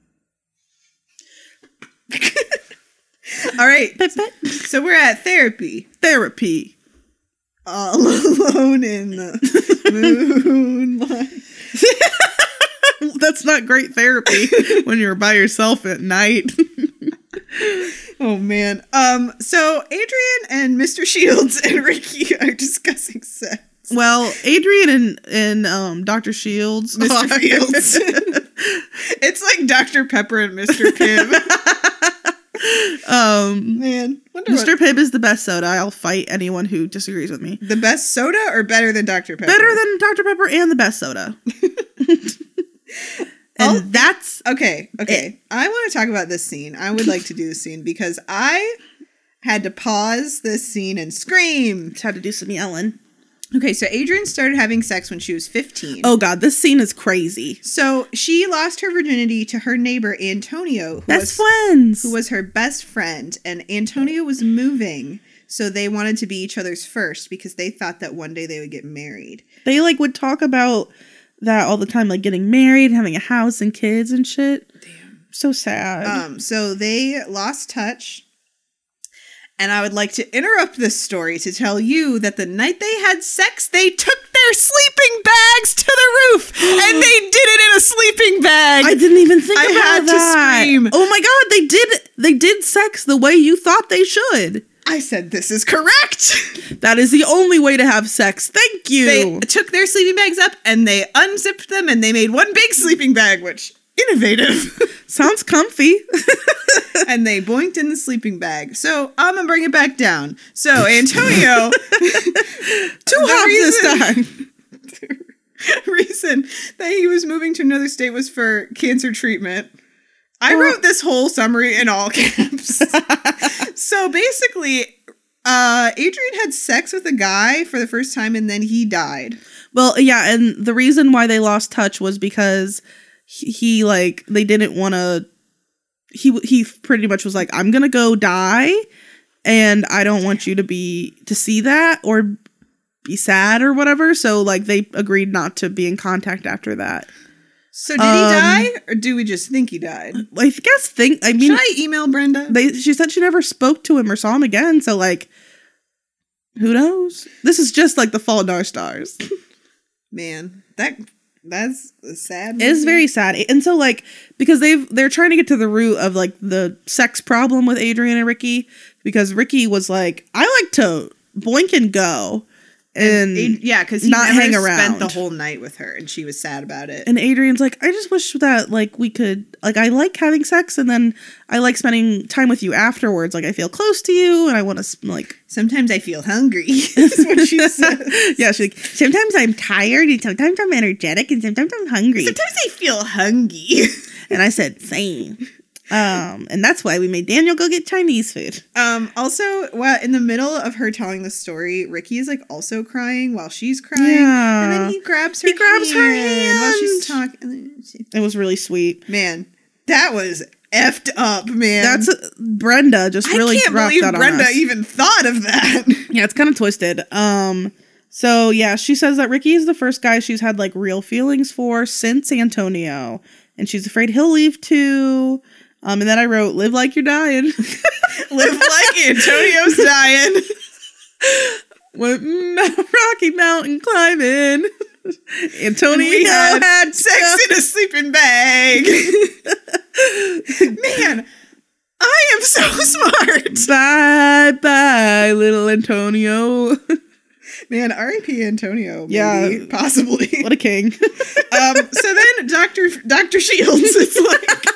All right. So we're at therapy.
therapy.
all (laughs) alone in
(laughs)
the moonlight.
That's not great therapy (laughs) when you're by yourself at night.
Oh man. Um. So Adrian and Mr. Shields (laughs) and Ricky are discussing sex.
Well, Adrian and and um, Doctor Shields,
Mr. Fields. (laughs) it's like Dr. Pepper and Mr. (laughs) Pibb.
um,
man, wonder
Mr.
what-
Pibb is the best soda. I'll fight anyone who disagrees with me.
the best soda or better than Dr. Pepper.
Better than Dr Pepper and the best
(laughs)
soda. and
Oh.
that's
Okay. Okay. I want to talk about this scene. I would like to do this scene because I had to pause this scene and scream.
how to do some yelling.
Okay. So Adrian started having sex when she was fifteen.
Oh God, this scene is crazy.
So she lost her virginity to her neighbor Antonio, who was
Best friends.
who was her best friend, and Antonio was moving, so they wanted to be each other's first because they thought that one day they would get married.
they like would talk about that all the time, like getting married, having a house and kids and shit. Damn, so sad.
Um, so they lost touch. And I would like to interrupt this story to tell you that the night they had sex, they took their sleeping bags to the roof, and (gasps) they did it in a sleeping bag.
I didn't even think
I
about
had to
that.
scream.
Oh my god, they did they did sex the way you thought they should.
I said, "This is correct."
That is the only way to have sex. Thank
(laughs)
you.
they took their sleeping bags up and they unzipped them and they made one big sleeping bag, which innovative. (laughs)
Sounds comfy.
and they boinked in the sleeping bag. So I'm gonna bring it back down. So
(laughs)
Antonio, (laughs)
Two hops
reason-
this time.
reason that he was moving to another state was for cancer treatment. I wrote this whole summary in all
(laughs)
caps. so basically, uh, Adrian had sex with a guy for the first time and then he died.
Well, yeah, and the reason why they lost touch was because he, he like they didn't want to he he pretty much was like I'm going to go die and I don't want you to be to see that or be sad or whatever. So like they agreed not to be in contact after that.
So did
Um, uh,
he die or do we just think he died?
I guess think I mean
Should I email Brenda?
they she said she never spoke to him or saw him again, so like who knows? This is just like the fall in our stars.
Man, that that's a sad.
It is very sad. And so like because they've they're trying to get to the root of like the sex problem with Adrian and Ricky because Ricky was like, I like to boink and go. And
Ad-
and,
yeah, because he
Mm. not
never
hang
spent
around.
the whole night with her, and she was sad about it.
Adrian's like, I just wish that like we could like I like having sex and then I like spending time with you afterwards. Like I feel close to you and I want to like
Sometimes I feel
(laughs)
hungry. (laughs) is what she said.
yeah, she's like, sometimes I'm tired and sometimes I'm energetic and sometimes I'm hungry. (laughs)
Sometimes I feel hungry.
And I said, same. Um, and that's why we made Daniel go get Chinese food.
Um, also, well, in the middle of her telling the story, Ricky is like also crying while she's crying, and then he grabs her.
He grabs her
while she's
hand.
talking.
It was really sweet.
Man, that was effed up, man.
That's uh, Brenda just really
I can't
dropped
believe
that on
Brenda
us.
even thought of that. (laughs)
yeah, it's kind of twisted. Um, so yeah, she says that Ricky is the first guy she's had like real feelings for since Antonio, and she's afraid he'll leave too. Um, and then I wrote, "Live like you're dying." (laughs)
Live like Antonio's dying.
Went Mount- (laughs) Rocky Mountain climbing. (laughs) Antonio
We had
had
Sex in a sleeping
(laughs)
bag. man, I am so (laughs) smart.
Bye bye, little Antonio.
Man, R.I.P. Antonio. Maybe,
Yeah.
possibly.
what a king.
(laughs)
(laughs)
Um, so then Doctor Doctor Shields is like,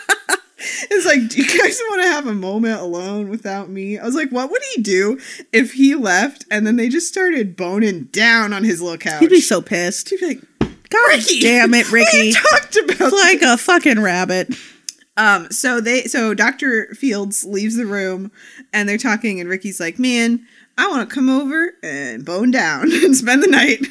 (laughs) is like, do you guys want to have a moment alone without me? I was like, what would he do if he left and then they just started boning down on his little couch?
He'd be so pissed.
He'd be like,
God
Ricky! (laughs)
damn it,
we
Ricky.
talked about
(laughs) like a fucking rabbit.
Um, so they so Dr. Fields leaves the room and they're talking and Ricky's like, "Man, I want to come over and bone down (laughs) and spend the night."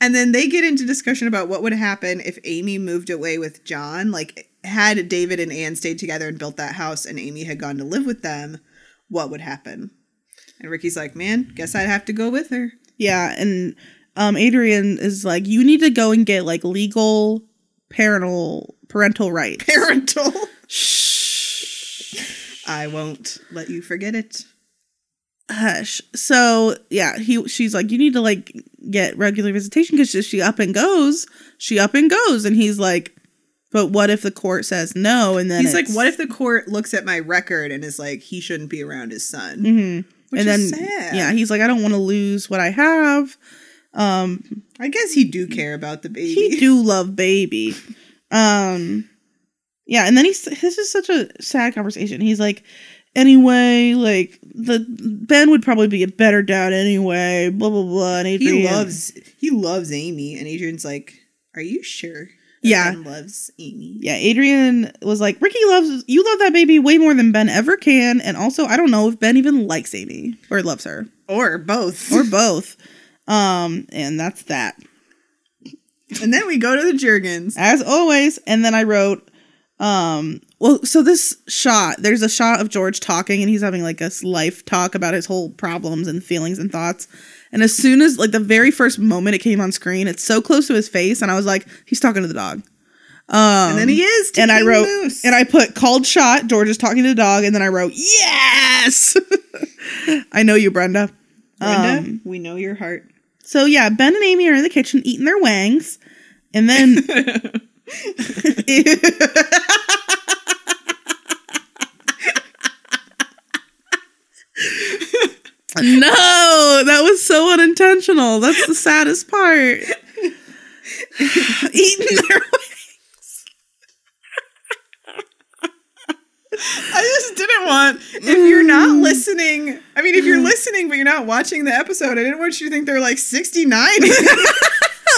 And then they get into discussion about what would happen if Amy moved away with John, like had David and Anne stayed together and built that house and Amy had gone to live with them, what would happen? And Ricky's like, "Man, guess I'd have to go with her."
Yeah, and um, Adrian is like, you need to go and get like legal parental parental rights.
(laughs) Parental. I won't let you forget it.
Hush. So yeah, he she's like, you need to like get regular visitation because if she up and goes, she up and goes, and he's like, but what if the court says no? And then
He's like,
it's-
what if the court looks at my record and is like, he shouldn't be around his son?
Mhm.
Which
and then
is sad.
yeah, he's like, I don't want to lose what I have. Um,
I guess he do care about the baby.
he do love baby um yeah and then he's this is such a sad conversation he's like anyway like the ben would probably be a better dad anyway blah blah blah
(laughs)
and
He
Adrian,
loves he loves Amy, and Adrian's like, "Are you sure?" that
Yeah.
Ben loves Amy.
yeah adrian was like ricky loves you love that baby way more than ben ever can and also i don't know if ben even likes amy or loves her
or both.
or both um and that's that
and then we go to the Jurgens.
as always and then i wrote um well so this shot there's a shot of george talking and he's having like this life talk about his whole problems and feelings and thoughts and as soon as like the very first moment it came on screen it's so close to his face and i was like he's talking to the dog um
and then he is.
and i
taking
wrote
loose.
and i put called shot george is talking to the dog and then i wrote yes (laughs) i know you brenda
Brenda,
Um,
we know your heart.
so yeah, Ben and Amy are in the kitchen eating their wangs, and then (laughs) No, that was so unintentional. That's the saddest part. eating their
I just didn't want if you're not listening. I mean, if
(clears throat)
you're listening but you're not watching the episode, I didn't want you to think they're like 69.
(laughs) wangs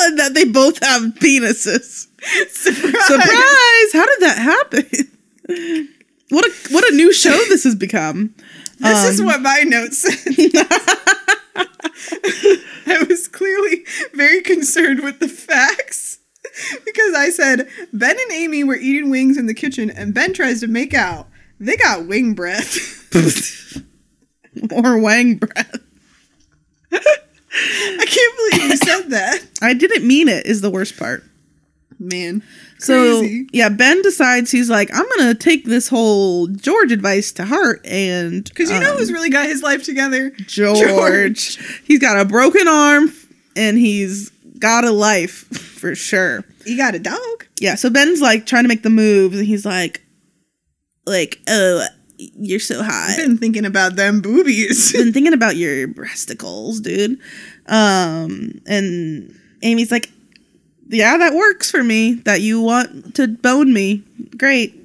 Mm. that they both have penises.
Surprise!
Surprise! How did that happen? What a what a new show this has become.
This is
Um,
what my notes said. (laughs) I was clearly very concerned with the facts because I said Ben and Amy were eating wings in the kitchen and Ben tries to make out. They got wing breath. (laughs)
(laughs) or wang breath.
I can't believe you said that.
I didn't mean it is the worst part.
Man.
So
Crazy.
yeah, Ben decides he's like, I'm gonna take this whole George advice to heart, and
Because you know
um,
who's really got his (laughs) life together?
George.
George.
He's got a broken arm, and he's got a life (laughs) for sure.
He got a dog.
Yeah, so Ben's like trying to make the moves, and he's like, like, oh, you're so hot.
I've been thinking about them boobies.
(laughs) been thinking about your breasticles, dude. Um, and Amy's like, yeah, that works for me. That you want to bone me, great.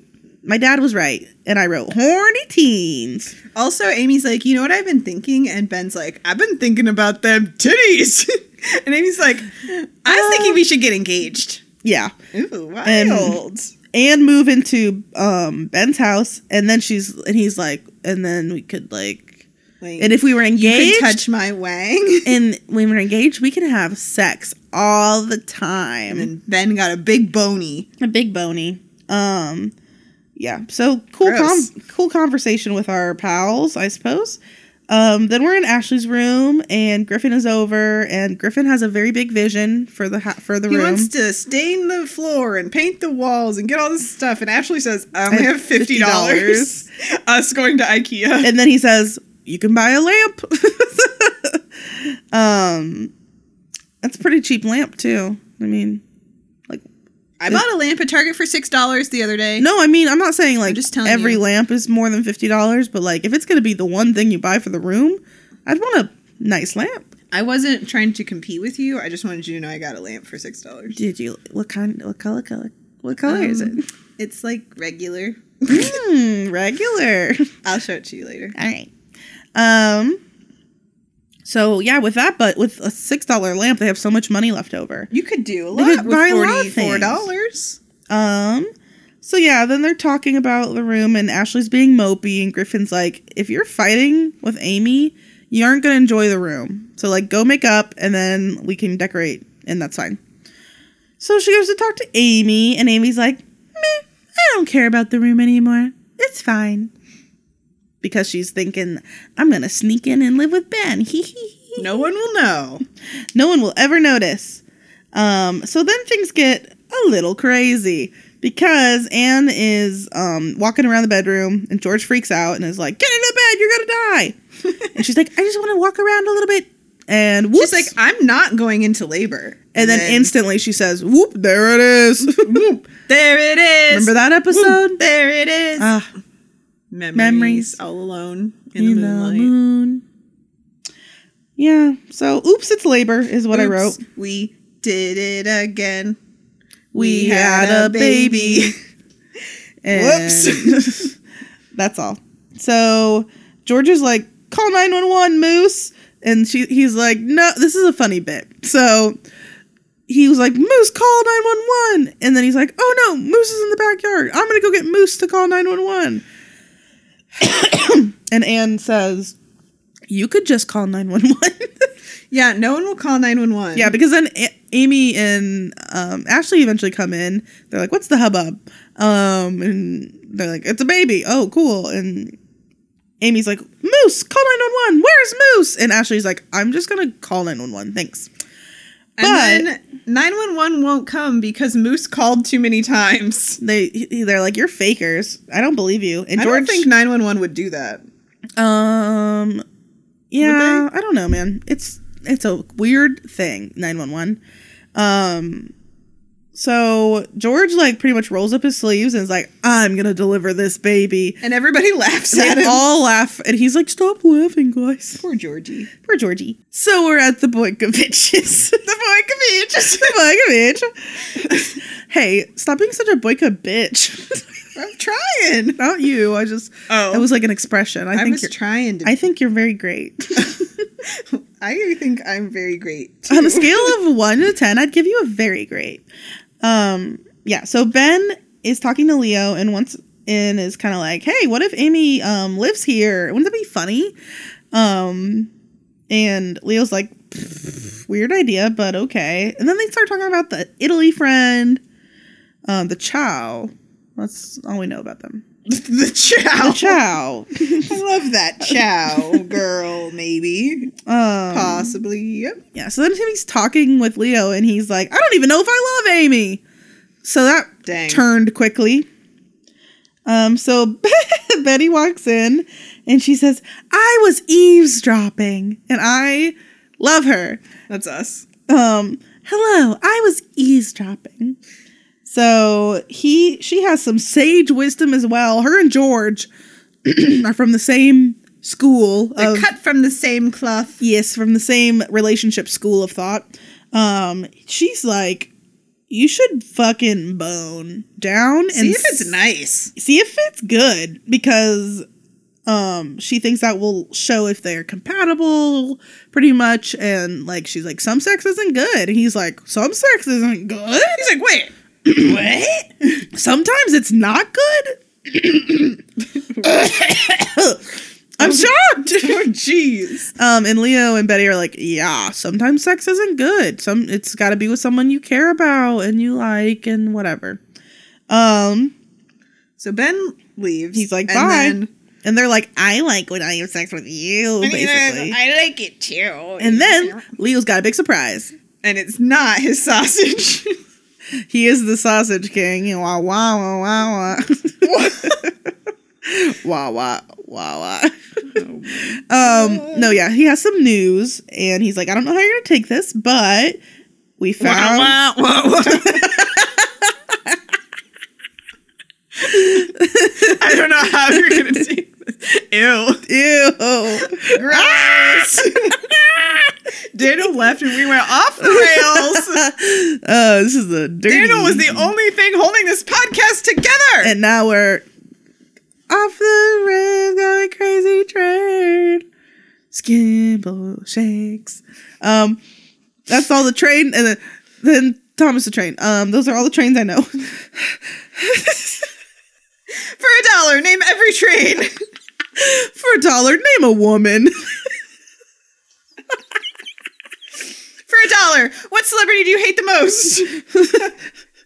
My dad was right, and I wrote horny
(laughs)
teens.
Also, Amy's like, you know what I've been thinking? And Ben's like, I've been thinking about them titties. (laughs)
Uh,
and Amy's like, I was thinking we should get engaged.
Yeah,
Ooh, wild.
and and move into um Ben's house, and then she's and he's like, and then we could like,
Like,
and if we were
you could
engaged,
touch my wang.
and when we're engaged, we can have sex all the time.
And then Ben got a big bony.
a big bony. Um, yeah. So cool, com-
Gross.
cool conversation with our pals, I suppose. Um, then we're in Ashley's room, and Griffin is over, and Griffin has a very big vision for the ha- for the
He
room.
wants to stain the floor and paint the walls and get all this stuff. And Ashley says, I only
I have
have $50. Us going (laughs) to Ikea.
and then he says, "You can buy a lamp." (laughs) um, that's a pretty cheap lamp too. I mean,
I bought a lamp at Target for $6 the other day.
no, I mean, I'm not saying like
just telling
every
you.
lamp is more than fifty dollars, but like if it's gonna be the one thing you buy for the room, I'd want a nice lamp.
I wasn't trying to compete with you. I just wanted you to know I got a lamp for $6.
Did you what kind? What color? Color? What color is it?
Um, It's like regular.
Mm, (laughs) regular.
I'll show it to you later.
All right. Um. So yeah, with that, but with a six dollar lamp, they have so much money left over.
You could do a
They
lot
could
with
buy a lot of
$44.
Um. So yeah, then they're talking about the room, and Ashley's being mopey, and Griffin's like, "If you're fighting with Amy, you aren't gonna enjoy the room. So like, go make up, and then we can decorate, and that's fine." So she goes to talk to Amy, and Amy's like, Meh, "I don't care about the room anymore. It's fine." Because she's thinking, "I'm gonna sneak in and live with Ben." (laughs) Hee hee hee.
No one will know.
No one will ever notice. Um, so then things get a little crazy because Anne is um, walking around the bedroom and George freaks out and is like, "Get into bed, you're gonna
(laughs)
die!" and she's like, "I just want to walk around a little bit." And whoops,
She's like, I'm not going into labor.
and then, instantly she says, "Whoop, there it is."
Whoop. there it is.
(laughs) Remember that episode?
Whoop. There it is.
Ah,
memories,
memories.
all alone in,
in
the moonlight.
moon. Yeah. So, oops, it's labor is what I
Oops,
wrote.
We did it again.
We had a baby. (laughs) And
Whoops.
(laughs) that's all. So George is like, call 911, Moose. And she, he's like, no, this is a funny bit. So he was like, Moose, call 911. And then he's like, oh no, Moose is in the backyard. I'm going to go get Moose to call 911. (coughs) and Anne says, you could just call (laughs) 911.
yeah, no one will call 911.
Yeah, because then a- Amy and um, Ashley eventually come in. They're like, "What's the hubbub?" Um, and they're like, "It's a baby." Oh, cool. And Amy's like, "Moose, call nine one one. Where's Moose?" And Ashley's like, "I'm just gonna call nine one one. Thanks."
and then 911 won't come because Moose called too many times.
They he- they're like, "You're fakers. I don't believe you." And
I don't
George,
think 911 would do that.
um, yeah, I don't know, man. It's it's a weird thing. Nine one one. Um, so George like pretty much rolls up his sleeves and is like, "I'm gonna deliver this baby."
And everybody (laughs) laughs at
They
him.
all laugh, and he's like, "Stop laughing, guys."
Poor Georgie.
Poor Georgie. So we're at the Boykoviches. the Boykoviches. the Boykovich. (laughs) hey, stop being such a Boyka bitch. (laughs)
I'm trying.
Not you. I just.
Oh,
It was like an expression. I,
I,
think
was
you're.
trying to.
I think you're very great. (laughs)
I think I'm very great.
(laughs) on a
too.
scale of one to ten, I'd give you a very great. Um, yeah. So Ben is talking to Leo and once in is kind of like, "Hey, what if Amy um lives here? Wouldn't that be funny?" Um, and Leo's like, "Pfft, "Weird idea, but okay." And then they start talking about the Italy friend, um, the Chow. That's all we know about them.
the chow.
The Chow.
I love that chow girl. Maybe,
Um,
possibly. Yep.
Yeah, so then Timmy's talking with Leo and he's like, I don't even know if I love Amy. So that
Dang.
turned quickly. Um, so (laughs) Betty walks in and she says, I was eavesdropping and I love her.
That's us.
Um, hello, I was eavesdropping. So he she has some sage wisdom as well. Her and George (clears throat) are from the same school
They're
of
cut from the same cloth.
Yes, from the same relationship school of thought. Um, she's like, you should fucking bone down and
See if it's nice.
see if it's good because um she thinks that will show if they're compatible pretty much and like she's like some sex isn't good and he's like some sex isn't good (clears throat)
He's like, wait,
what? Sometimes it's not good. I'm shocked.
oh, jeez.
Um, and Leo and Betty are like, yeah, sometimes sex isn't good. Some it's got to be with someone you care about and you like and whatever. Um,
So Ben leaves.
He's like,
and
"Bye."
then-
and they're like, I like when I have sex with you, basically.
like it too.
and then Leo's got a big surprise.
and it's not
(laughs)
his sausage.
He is the sausage king. Wah wah wah wah wah. (laughs) wah wah wah wah.
Oh
Um, no, yeah, he has some news, and he's like, I don't know how you're gonna take this, but we found.
I don't know how you're gonna take this. Ew.
(laughs) Ew.
Gross. Daniel left and we went off the rails.
(laughs) uh, this is the dirty.
Daniel was the only thing holding this podcast together.
And now we're off the rails, going crazy train. Skimble shakes. Um, that's all the train, and then, then Thomas the train. Um, those are all the trains
(laughs)
I know.
For a dollar, name every train.
(laughs) For a dollar, name a woman.
For a dollar, what celebrity do you hate the
(laughs)
most?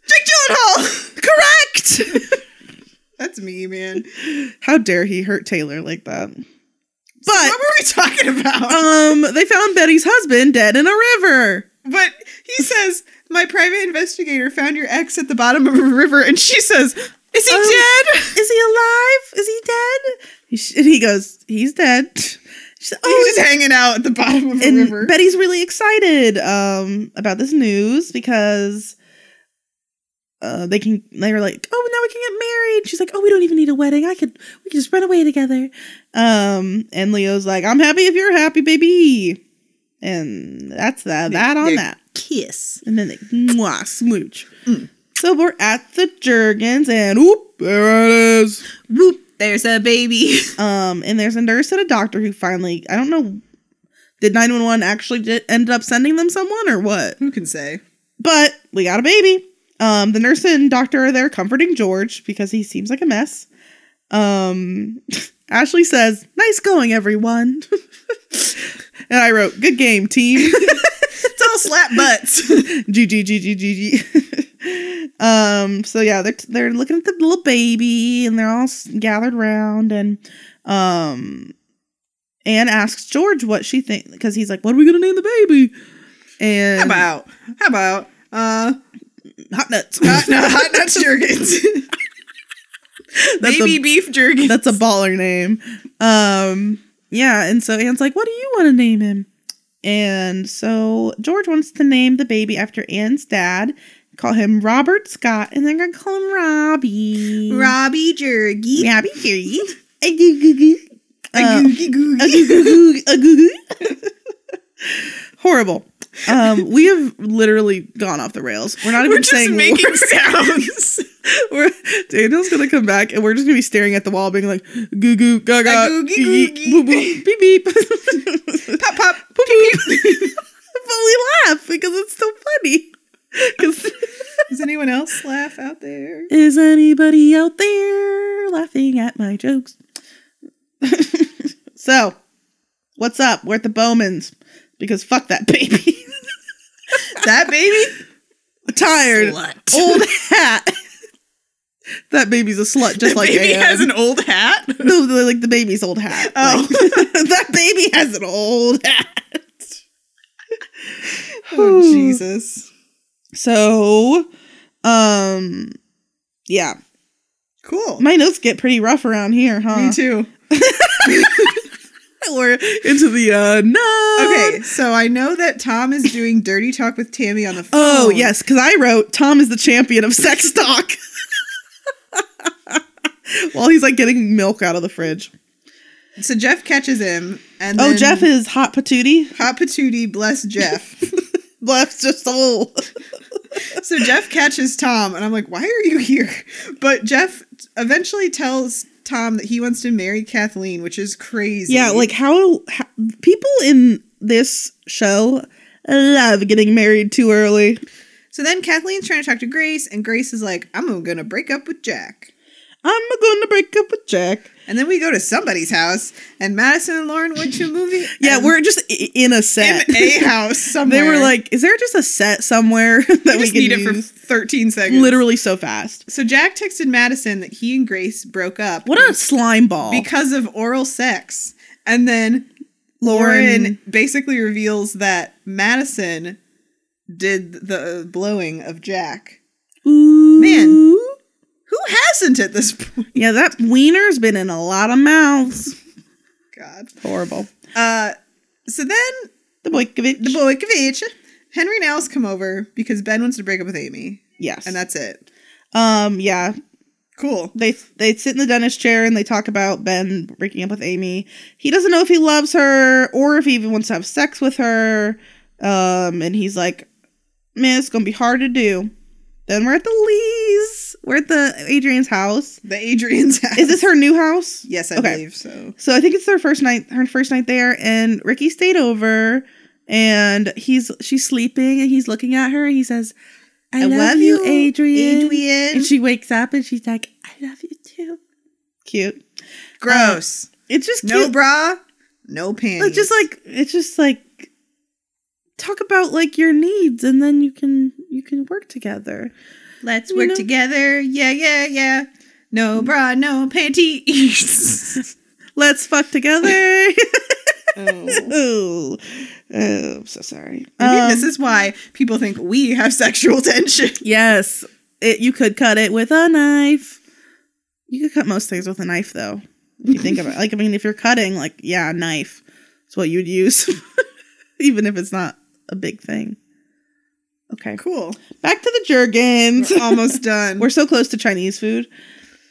Jake Gyllenhaal. Correct. (laughs)
That's me, man.
How dare he hurt Taylor like that?
What
But
were we talking about?
um, they found Betty's husband dead in a river.
But he says, My private investigator found your ex at the bottom of a river. And she says, Is he
Um,
dead?
Is he alive? Is he dead? He sh- And he goes, he's dead. She said, oh,
He's just hanging out at the bottom of a
and
river.
Betty's really excited um, about this news because uh, they can. They were like, "Oh, now we can get married." She's like, "Oh, we don't even need a wedding. I could. We could just run away together." Um, and Leo's like, "I'm happy if you're happy, baby." And that's that. That on
they
that kiss, and then they mwah, smooch.
Mm.
So we're at the Jurgens, and whoop, there it is.
Whoop, there's a baby. (laughs)
Um, and there's a nurse and a doctor who finally, I don't know, did 911 actually di- end up sending them someone or what?
Who can say?
But we got a baby. Um, the nurse and doctor are there comforting George because he seems like a mess. Um, (laughs) Ashley says, Nice going, everyone. (laughs) and I wrote, Good game, team. (laughs)
It's all slap butts.
GG. (laughs) um, so yeah, they're they're looking at the little baby and they're all s- gathered around and um Anne asks George what she thinks because he's like, What are we gonna name the baby?
how
And
about? How about? Uh,
hot nuts.
hot, no, (laughs) hot nuts Jergens.
(laughs) That's
Baby
a-
beef Jergens.
That's a baller name. Um, yeah, and so Anne's like, What do you want to name him? And so George wants to name the baby after Anne's dad, call him Robert Scott, and they're gonna call him Robbie.
Robbie Jergy.
Robbie Jerry.
(laughs)
A goo goo goo.
A
Uh,
googie
a
googie.
goo goo goo. A goo goo. (laughs) Horrible. Um, we have literally gone off the rails. We're not even
We're just
saying
making
words. (laughs)
sounds.
We're, Daniel's gonna come back and we're just gonna be staring at the wall, being like, goo goo, gaga,
A googie
yee,
googie.
boo boo, beep beep, (laughs) pop
pop pop.
boop boop. (laughs) but we laugh because it's so funny. 'Cause-
Does anyone else laugh out there?
Is anybody out there laughing at my jokes? (laughs) so, what's up? We're at the Bowman's because fuck that baby. (laughs)
That baby?
Tired,
Slut.
old hat. that baby's a slut, just
That
like
baby
Anne.
has an old hat.
(laughs) no, they're like the baby's old hat.
Oh.
Like, (laughs) that baby has an old hat.
Oh Jesus.
So, um, yeah,
Cool.
my notes get pretty rough around here, huh?
Me too.
We're into the uh, no.
Okay, so I know that Tom is doing dirty talk with Tammy on the phone.
Oh, yes, because I wrote Tom is the champion of sex talk. (laughs) While he's like getting milk out of the fridge.
So Jeff catches him, and
oh,
then
Jeff is hot patootie.
hot patootie. Bless
(laughs)
Jeff.
Bless your soul.
so Jeff catches Tom, and I'm like, "Why are you here?" But Jeff eventually tells Tom that he wants to marry Kathleen, which is crazy.
yeah, like how, how people in this show love getting married too early.
So then Kathleen's trying to talk to Grace, and Grace is like, I'm gonna break up with Jack.
I'm gonna break up with Jack.
And then we go to somebody's house, and Madison and Lauren went to a
(laughs)
movie.
Yeah,
and
we're just i- in a set.
in
(laughs)
a house somewhere.
They were like, "Is there just a set somewhere (laughs) that
we
we
just
can
need it for
use?"
13 seconds.
Literally so fast.
So Jack texted Madison that he and Grace broke up
What a slime ball!
because of oral sex. And then
Lauren-
Lauren basically reveals that Madison did the blowing of Jack.
man,
Who hasn't at this (laughs) point?
yeah, that wiener's been in a lot of mouths.
God.
Horrible.
Uh, so then
The Boykovich.
the boy Kavich, Henry and Alice come over because Ben wants to break up with Amy.
Yes.
And that's it.
um. Yeah.
Cool.
They they sit in the dentist chair and they talk about Ben breaking up with Amy. He doesn't know if he loves her or if he even wants to have sex with her. Um. And he's like, "Man, it's gonna be hard to do." Then we're at the Lee's. We're at the Adrian's house.
The Adrian's house.
Is this her new house?
Yes, I
Okay.
believe so.
So I think it's their first night, her first night there, and Ricky stayed over, and he's she's sleeping, and he's looking at her, and he says, "I, love, you, Adrian."
Adrian.
And she wakes up, and she's like, "I love you too." Cute.
Gross.
It's just
no
cute.
bra, no panties.
like just like it's just like talk about like your needs, and then you can you can work together.
let's
you
work
know.
together. Yeah, yeah, yeah. No bra, no panties. (laughs)
Let's fuck together.
Maybe
(laughs) oh, oh, I'm so sorry.
this
Um,
is why people think we have sexual (laughs) tension.
Yes. It, you could cut it with a knife. You could cut most things with a knife, though. If you think about it. Like, I mean, if you're cutting, like, yeah, a knife is what you'd use, (laughs) even if it's not a big thing. Okay.
Cool.
Back to the Jergens.
We're (laughs) almost done.
We're so close to Chinese food.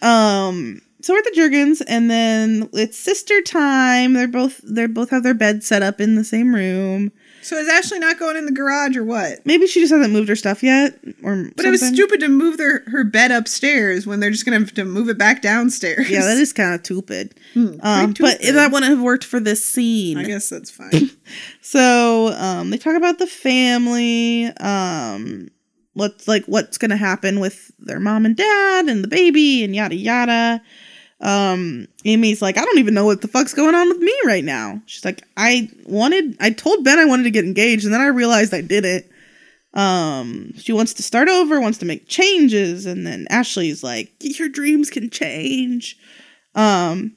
Um, so we're at the Jurgens, and then it's sister time. They're both they're both have their bed set up in the same room.
so is Ashley not going in the garage or what?
Maybe she just hasn't moved her stuff yet, or
But it was
something.
stupid to move their her bed upstairs when they're just gonna have to move it back downstairs.
Yeah, that is kind of stupid.
Hmm,
Um,
pretty
but
stupid.
that wouldn't have worked for this
(laughs)
scene.
I guess that's fine.
So um, they talk about the family, um, what's like what's gonna happen with their mom and dad and the baby and yada yada. Um, Amy's like, I don't even know what the fuck's going on with me right now. She's like, I wanted, I told Ben I wanted to get engaged, and then I realized I didn't. Um, she wants to start over, wants to make changes, and then Ashley's like, your dreams can change. Um,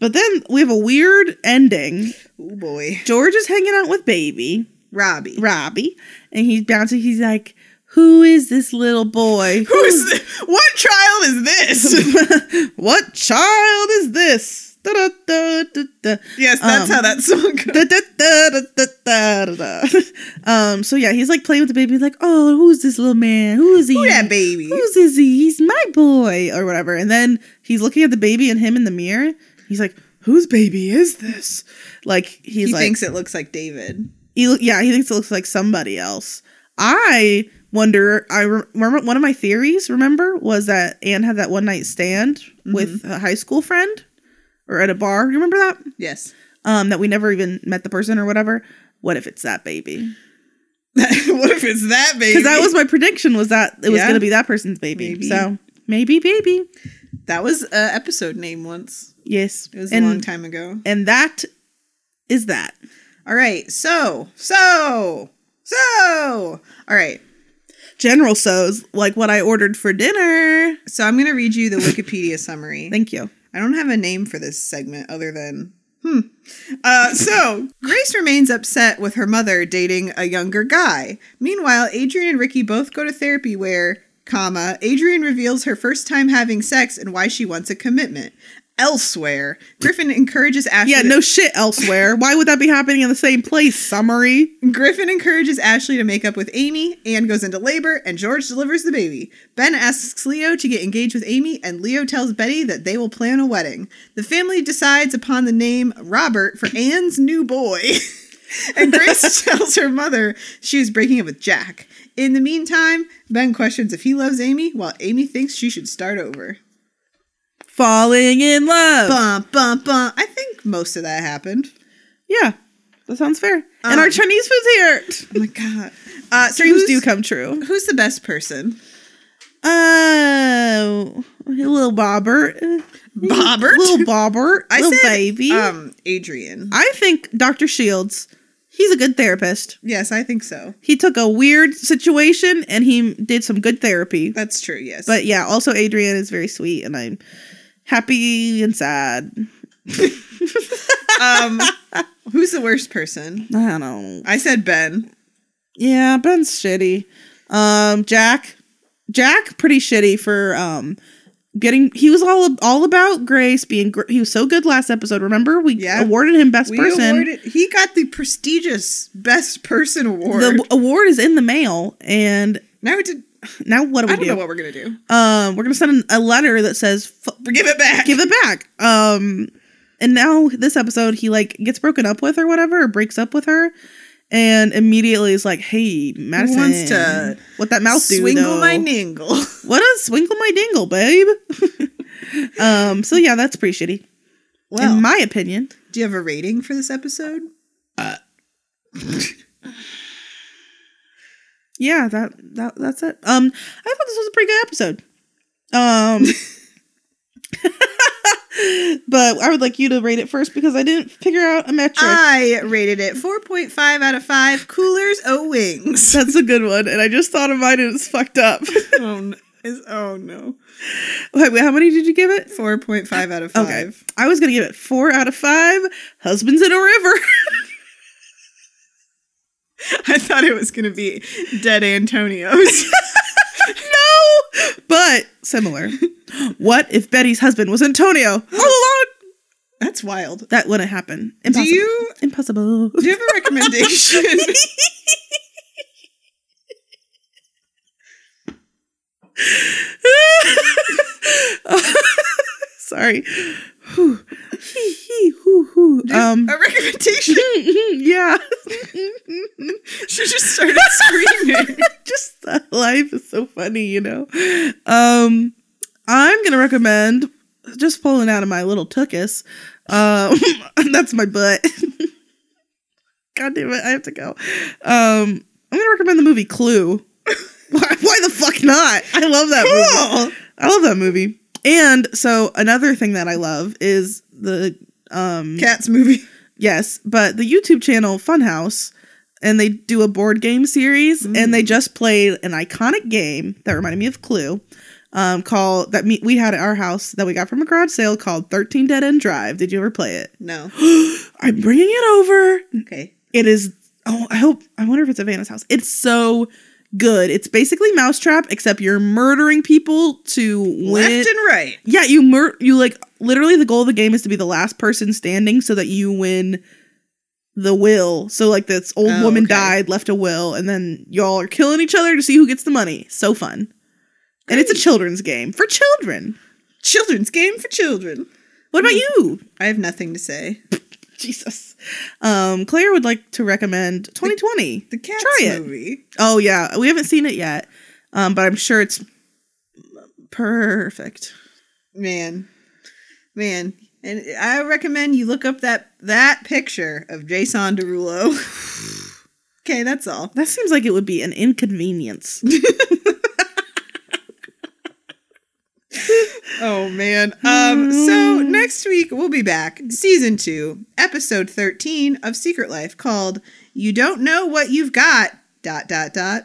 but then we have a weird ending.
(laughs) oh boy,
George is hanging out with baby
Robbie.
Robbie, and he's bouncing. He's like, "Who is this little boy?
(laughs) Who is this? What child is this?
(laughs) what child is this?" Da, da, da, da, da.
yes, that's
Um,
how that song goes.
Da, da, da, da, da, da, da, (laughs) da. um. So yeah, he's like playing with the baby. He's like, "Oh, who's this little man? Who is he?
Who that baby?
Who's is he? He's my boy, or whatever." And then he's looking at the baby and him in the mirror. He's like, "Whose baby is this?" Like he's
he
like,
thinks it looks like David.
he lo- yeah he thinks it looks like somebody else i wonder i re- remember one of my theories remember was that anne had that one night stand
Mm-hmm.
with a high school friend or at a bar you remember that
Yes.
um that we never even met the person or whatever what if it's
(laughs)
that baby
(laughs) what if it's that baby?
because that was my prediction was that it was
Yeah.
going to be that person's baby
Maybe.
so maybe baby
that was a episode name once.
yes
It was
and,
a long time ago.
and that is that
All right. So so so. All right.
general so's like what i ordered for dinner
So I'm gonna read you the Wikipedia summary.
thank you
I don't have a name for this segment other than hmm. Uh, so Grace remains upset with her mother dating a younger guy. Meanwhile, Adrian and Ricky both go to therapy where, comma, Adrian reveals her first time having sex and why she wants a commitment. Elsewhere, Griffin encourages Ashley.
Yeah,
to-
no shit elsewhere. Why would that be happening in the same place? Summary.
Griffin encourages Ashley to make up with Amy. Anne goes into labor, and George delivers the baby. Ben asks Leo to get engaged with Amy, and Leo tells Betty that they will plan a wedding. The family decides upon the name Robert for Anne's new boy. (laughs) and (laughs) Grace tells her mother she is breaking up with Jack. In the meantime, Ben questions if he loves Amy, while Amy thinks she should start over.
Falling in love.
Bum, bum, bum. I think most of that happened.
yeah, that sounds fair.
Um,
and our Chinese food's here.
Oh my god. Uh, so
Dreams
who's-
do come true.
Who's the best person?
Oh, little Bobbert.
Bobbert?
Little Bobbert.
I
I little
said,
baby.
Um, Adrian.
I think Dr. Shields, he's a good therapist.
yes, I think so.
He took a weird situation and he did some good therapy.
That's true. Yes,
But yeah, also Adrian is very sweet and I'm happy and sad. (laughs)
um, who's the worst person?
I don't know.
I said Ben.
Yeah, Ben's shitty. Um, Jack, Jack, pretty shitty for um getting. He was all all about Grace being. Gr- he was so good last episode. Remember we
Yeah.
awarded him best
We
person.
awarded. He got the prestigious Best Person award.
the award is in the mail, and
now we did.
now what do we
I don't
do?
know what we're gonna do.
um, we're gonna send an- a letter that says F-
Give it back.
give it back. Um, and now this episode, he like gets broken up with or whatever, or breaks up with her, and immediately is like, "Hey, Madison,
wants to
what that mouth do?
Swingle
though?
my ningle.
(laughs)
(laughs)
What a swinkle my dingle, babe. (laughs) um, so yeah, that's pretty shitty.
Well,
in my opinion.
do you have a rating for this episode?
Yeah, that, that that's it. Um, I thought this was a pretty good episode. Um (laughs) But I would like you to rate it first because I didn't figure out a metric.
I rated it 4.5 out of 5 coolers o (laughs) wings.
that's a good one, and I just thought of mine and it's fucked up. (laughs)
oh, no. Is- oh no.
Wait, how many did you give it?
4.5 out of 5.
Okay. I was gonna give it four out of five. Husbands in a river.
(laughs)
(laughs)
I thought it was going to be Dead
(laughs)
Antonio's.
no, but similar. What if Betty's husband was Antonio all along?
That's wild.
That wouldn't happen. Impossible.
Do you
Impossible.
(laughs)
(laughs)
do you have a recommendation?
Sorry. Whew. Hee, hee, hoo, hoo. Um.
a recommendation.
(laughs)
(laughs)
yeah.
She just
(laughs)
started (laughs) screaming.
Just uh, life is so funny, you know. Um, I'm gonna recommend just pulling out of my little tuchus. Um, (laughs) that's my butt. (laughs) God damn it, I have to go. Um, I'm gonna recommend the movie Clue. (laughs) why, why the fuck not? I love that movie. I love that movie. And so another thing that I love is the um
Cats movie.
Yes, but the YouTube channel Funhouse, and they do a board game series, and they just played an iconic game that reminded me of Clue, um, called that me, we had at our house that we got from a garage sale called Thirteen Dead End Drive. Did you ever play it?
(laughs) No.
I'm bringing it over.
Okay.
It is. Oh, I hope. I wonder if it's at Vanna's house. It's so good. It's basically Mousetrap, except you're murdering people to win.
Left and right.
Yeah, you mur- you like literally the goal of the game is to be the last person standing so that you win the will. So like this old
Oh,
woman
okay.
died, left a will, and then y'all are killing each other to see who gets the money. So fun. And it's a children's game for children.
Children's game for children.
What
Mm.
about you?
I have nothing to say.
Jesus. Um Claire would like to recommend 2020.
The Cats
Try it.
movie.
Oh yeah, we haven't seen it yet. Um but I'm sure it's perfect.
Man. Man. And I recommend you look up that that picture of Jason Derulo. (sighs) okay, that's all.
That seems like it would be an inconvenience.
Oh man. Um so next week we'll be back. Season 2, episode 13 of Secret Life called You Don't Know What You've Got dot dot (laughs) dot.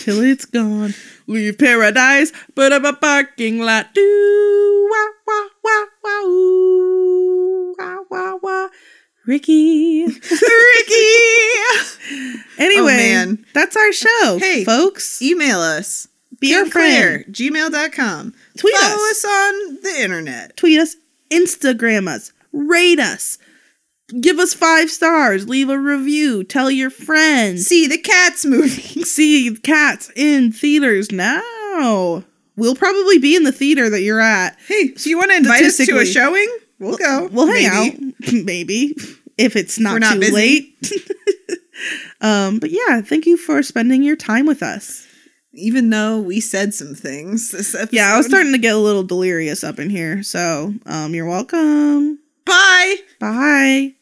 till it's gone. Leave paradise, but up a parking lot. Do wah wah wah wah ooh, wah wah wah.
(laughs)
Ricky,
Oh,
Ricky. anyway,
man.
that's our show,
Hey.
folks.
Email us.
Be our friend.
gmail.com.
Tweet
Follow us
us.
on the internet.
Tweet us, Instagram us, rate us, give us five stars, leave a review, tell your friends.
See the Cats movie. (laughs)
see cats in theaters now. We'll probably be in the theater that you're at.
Hey, if you want to invite us to a
Statistically.
showing, we'll go.
We'll hang
Maybe.
out, (laughs) maybe, if it's not,
We're not
too
busy.
late. (laughs) um, but yeah, thank you for spending your time with us.
Even though we said some things this episode.
Yeah, I was starting to get a little delirious up in here, so um, you're welcome.
Bye.
Bye.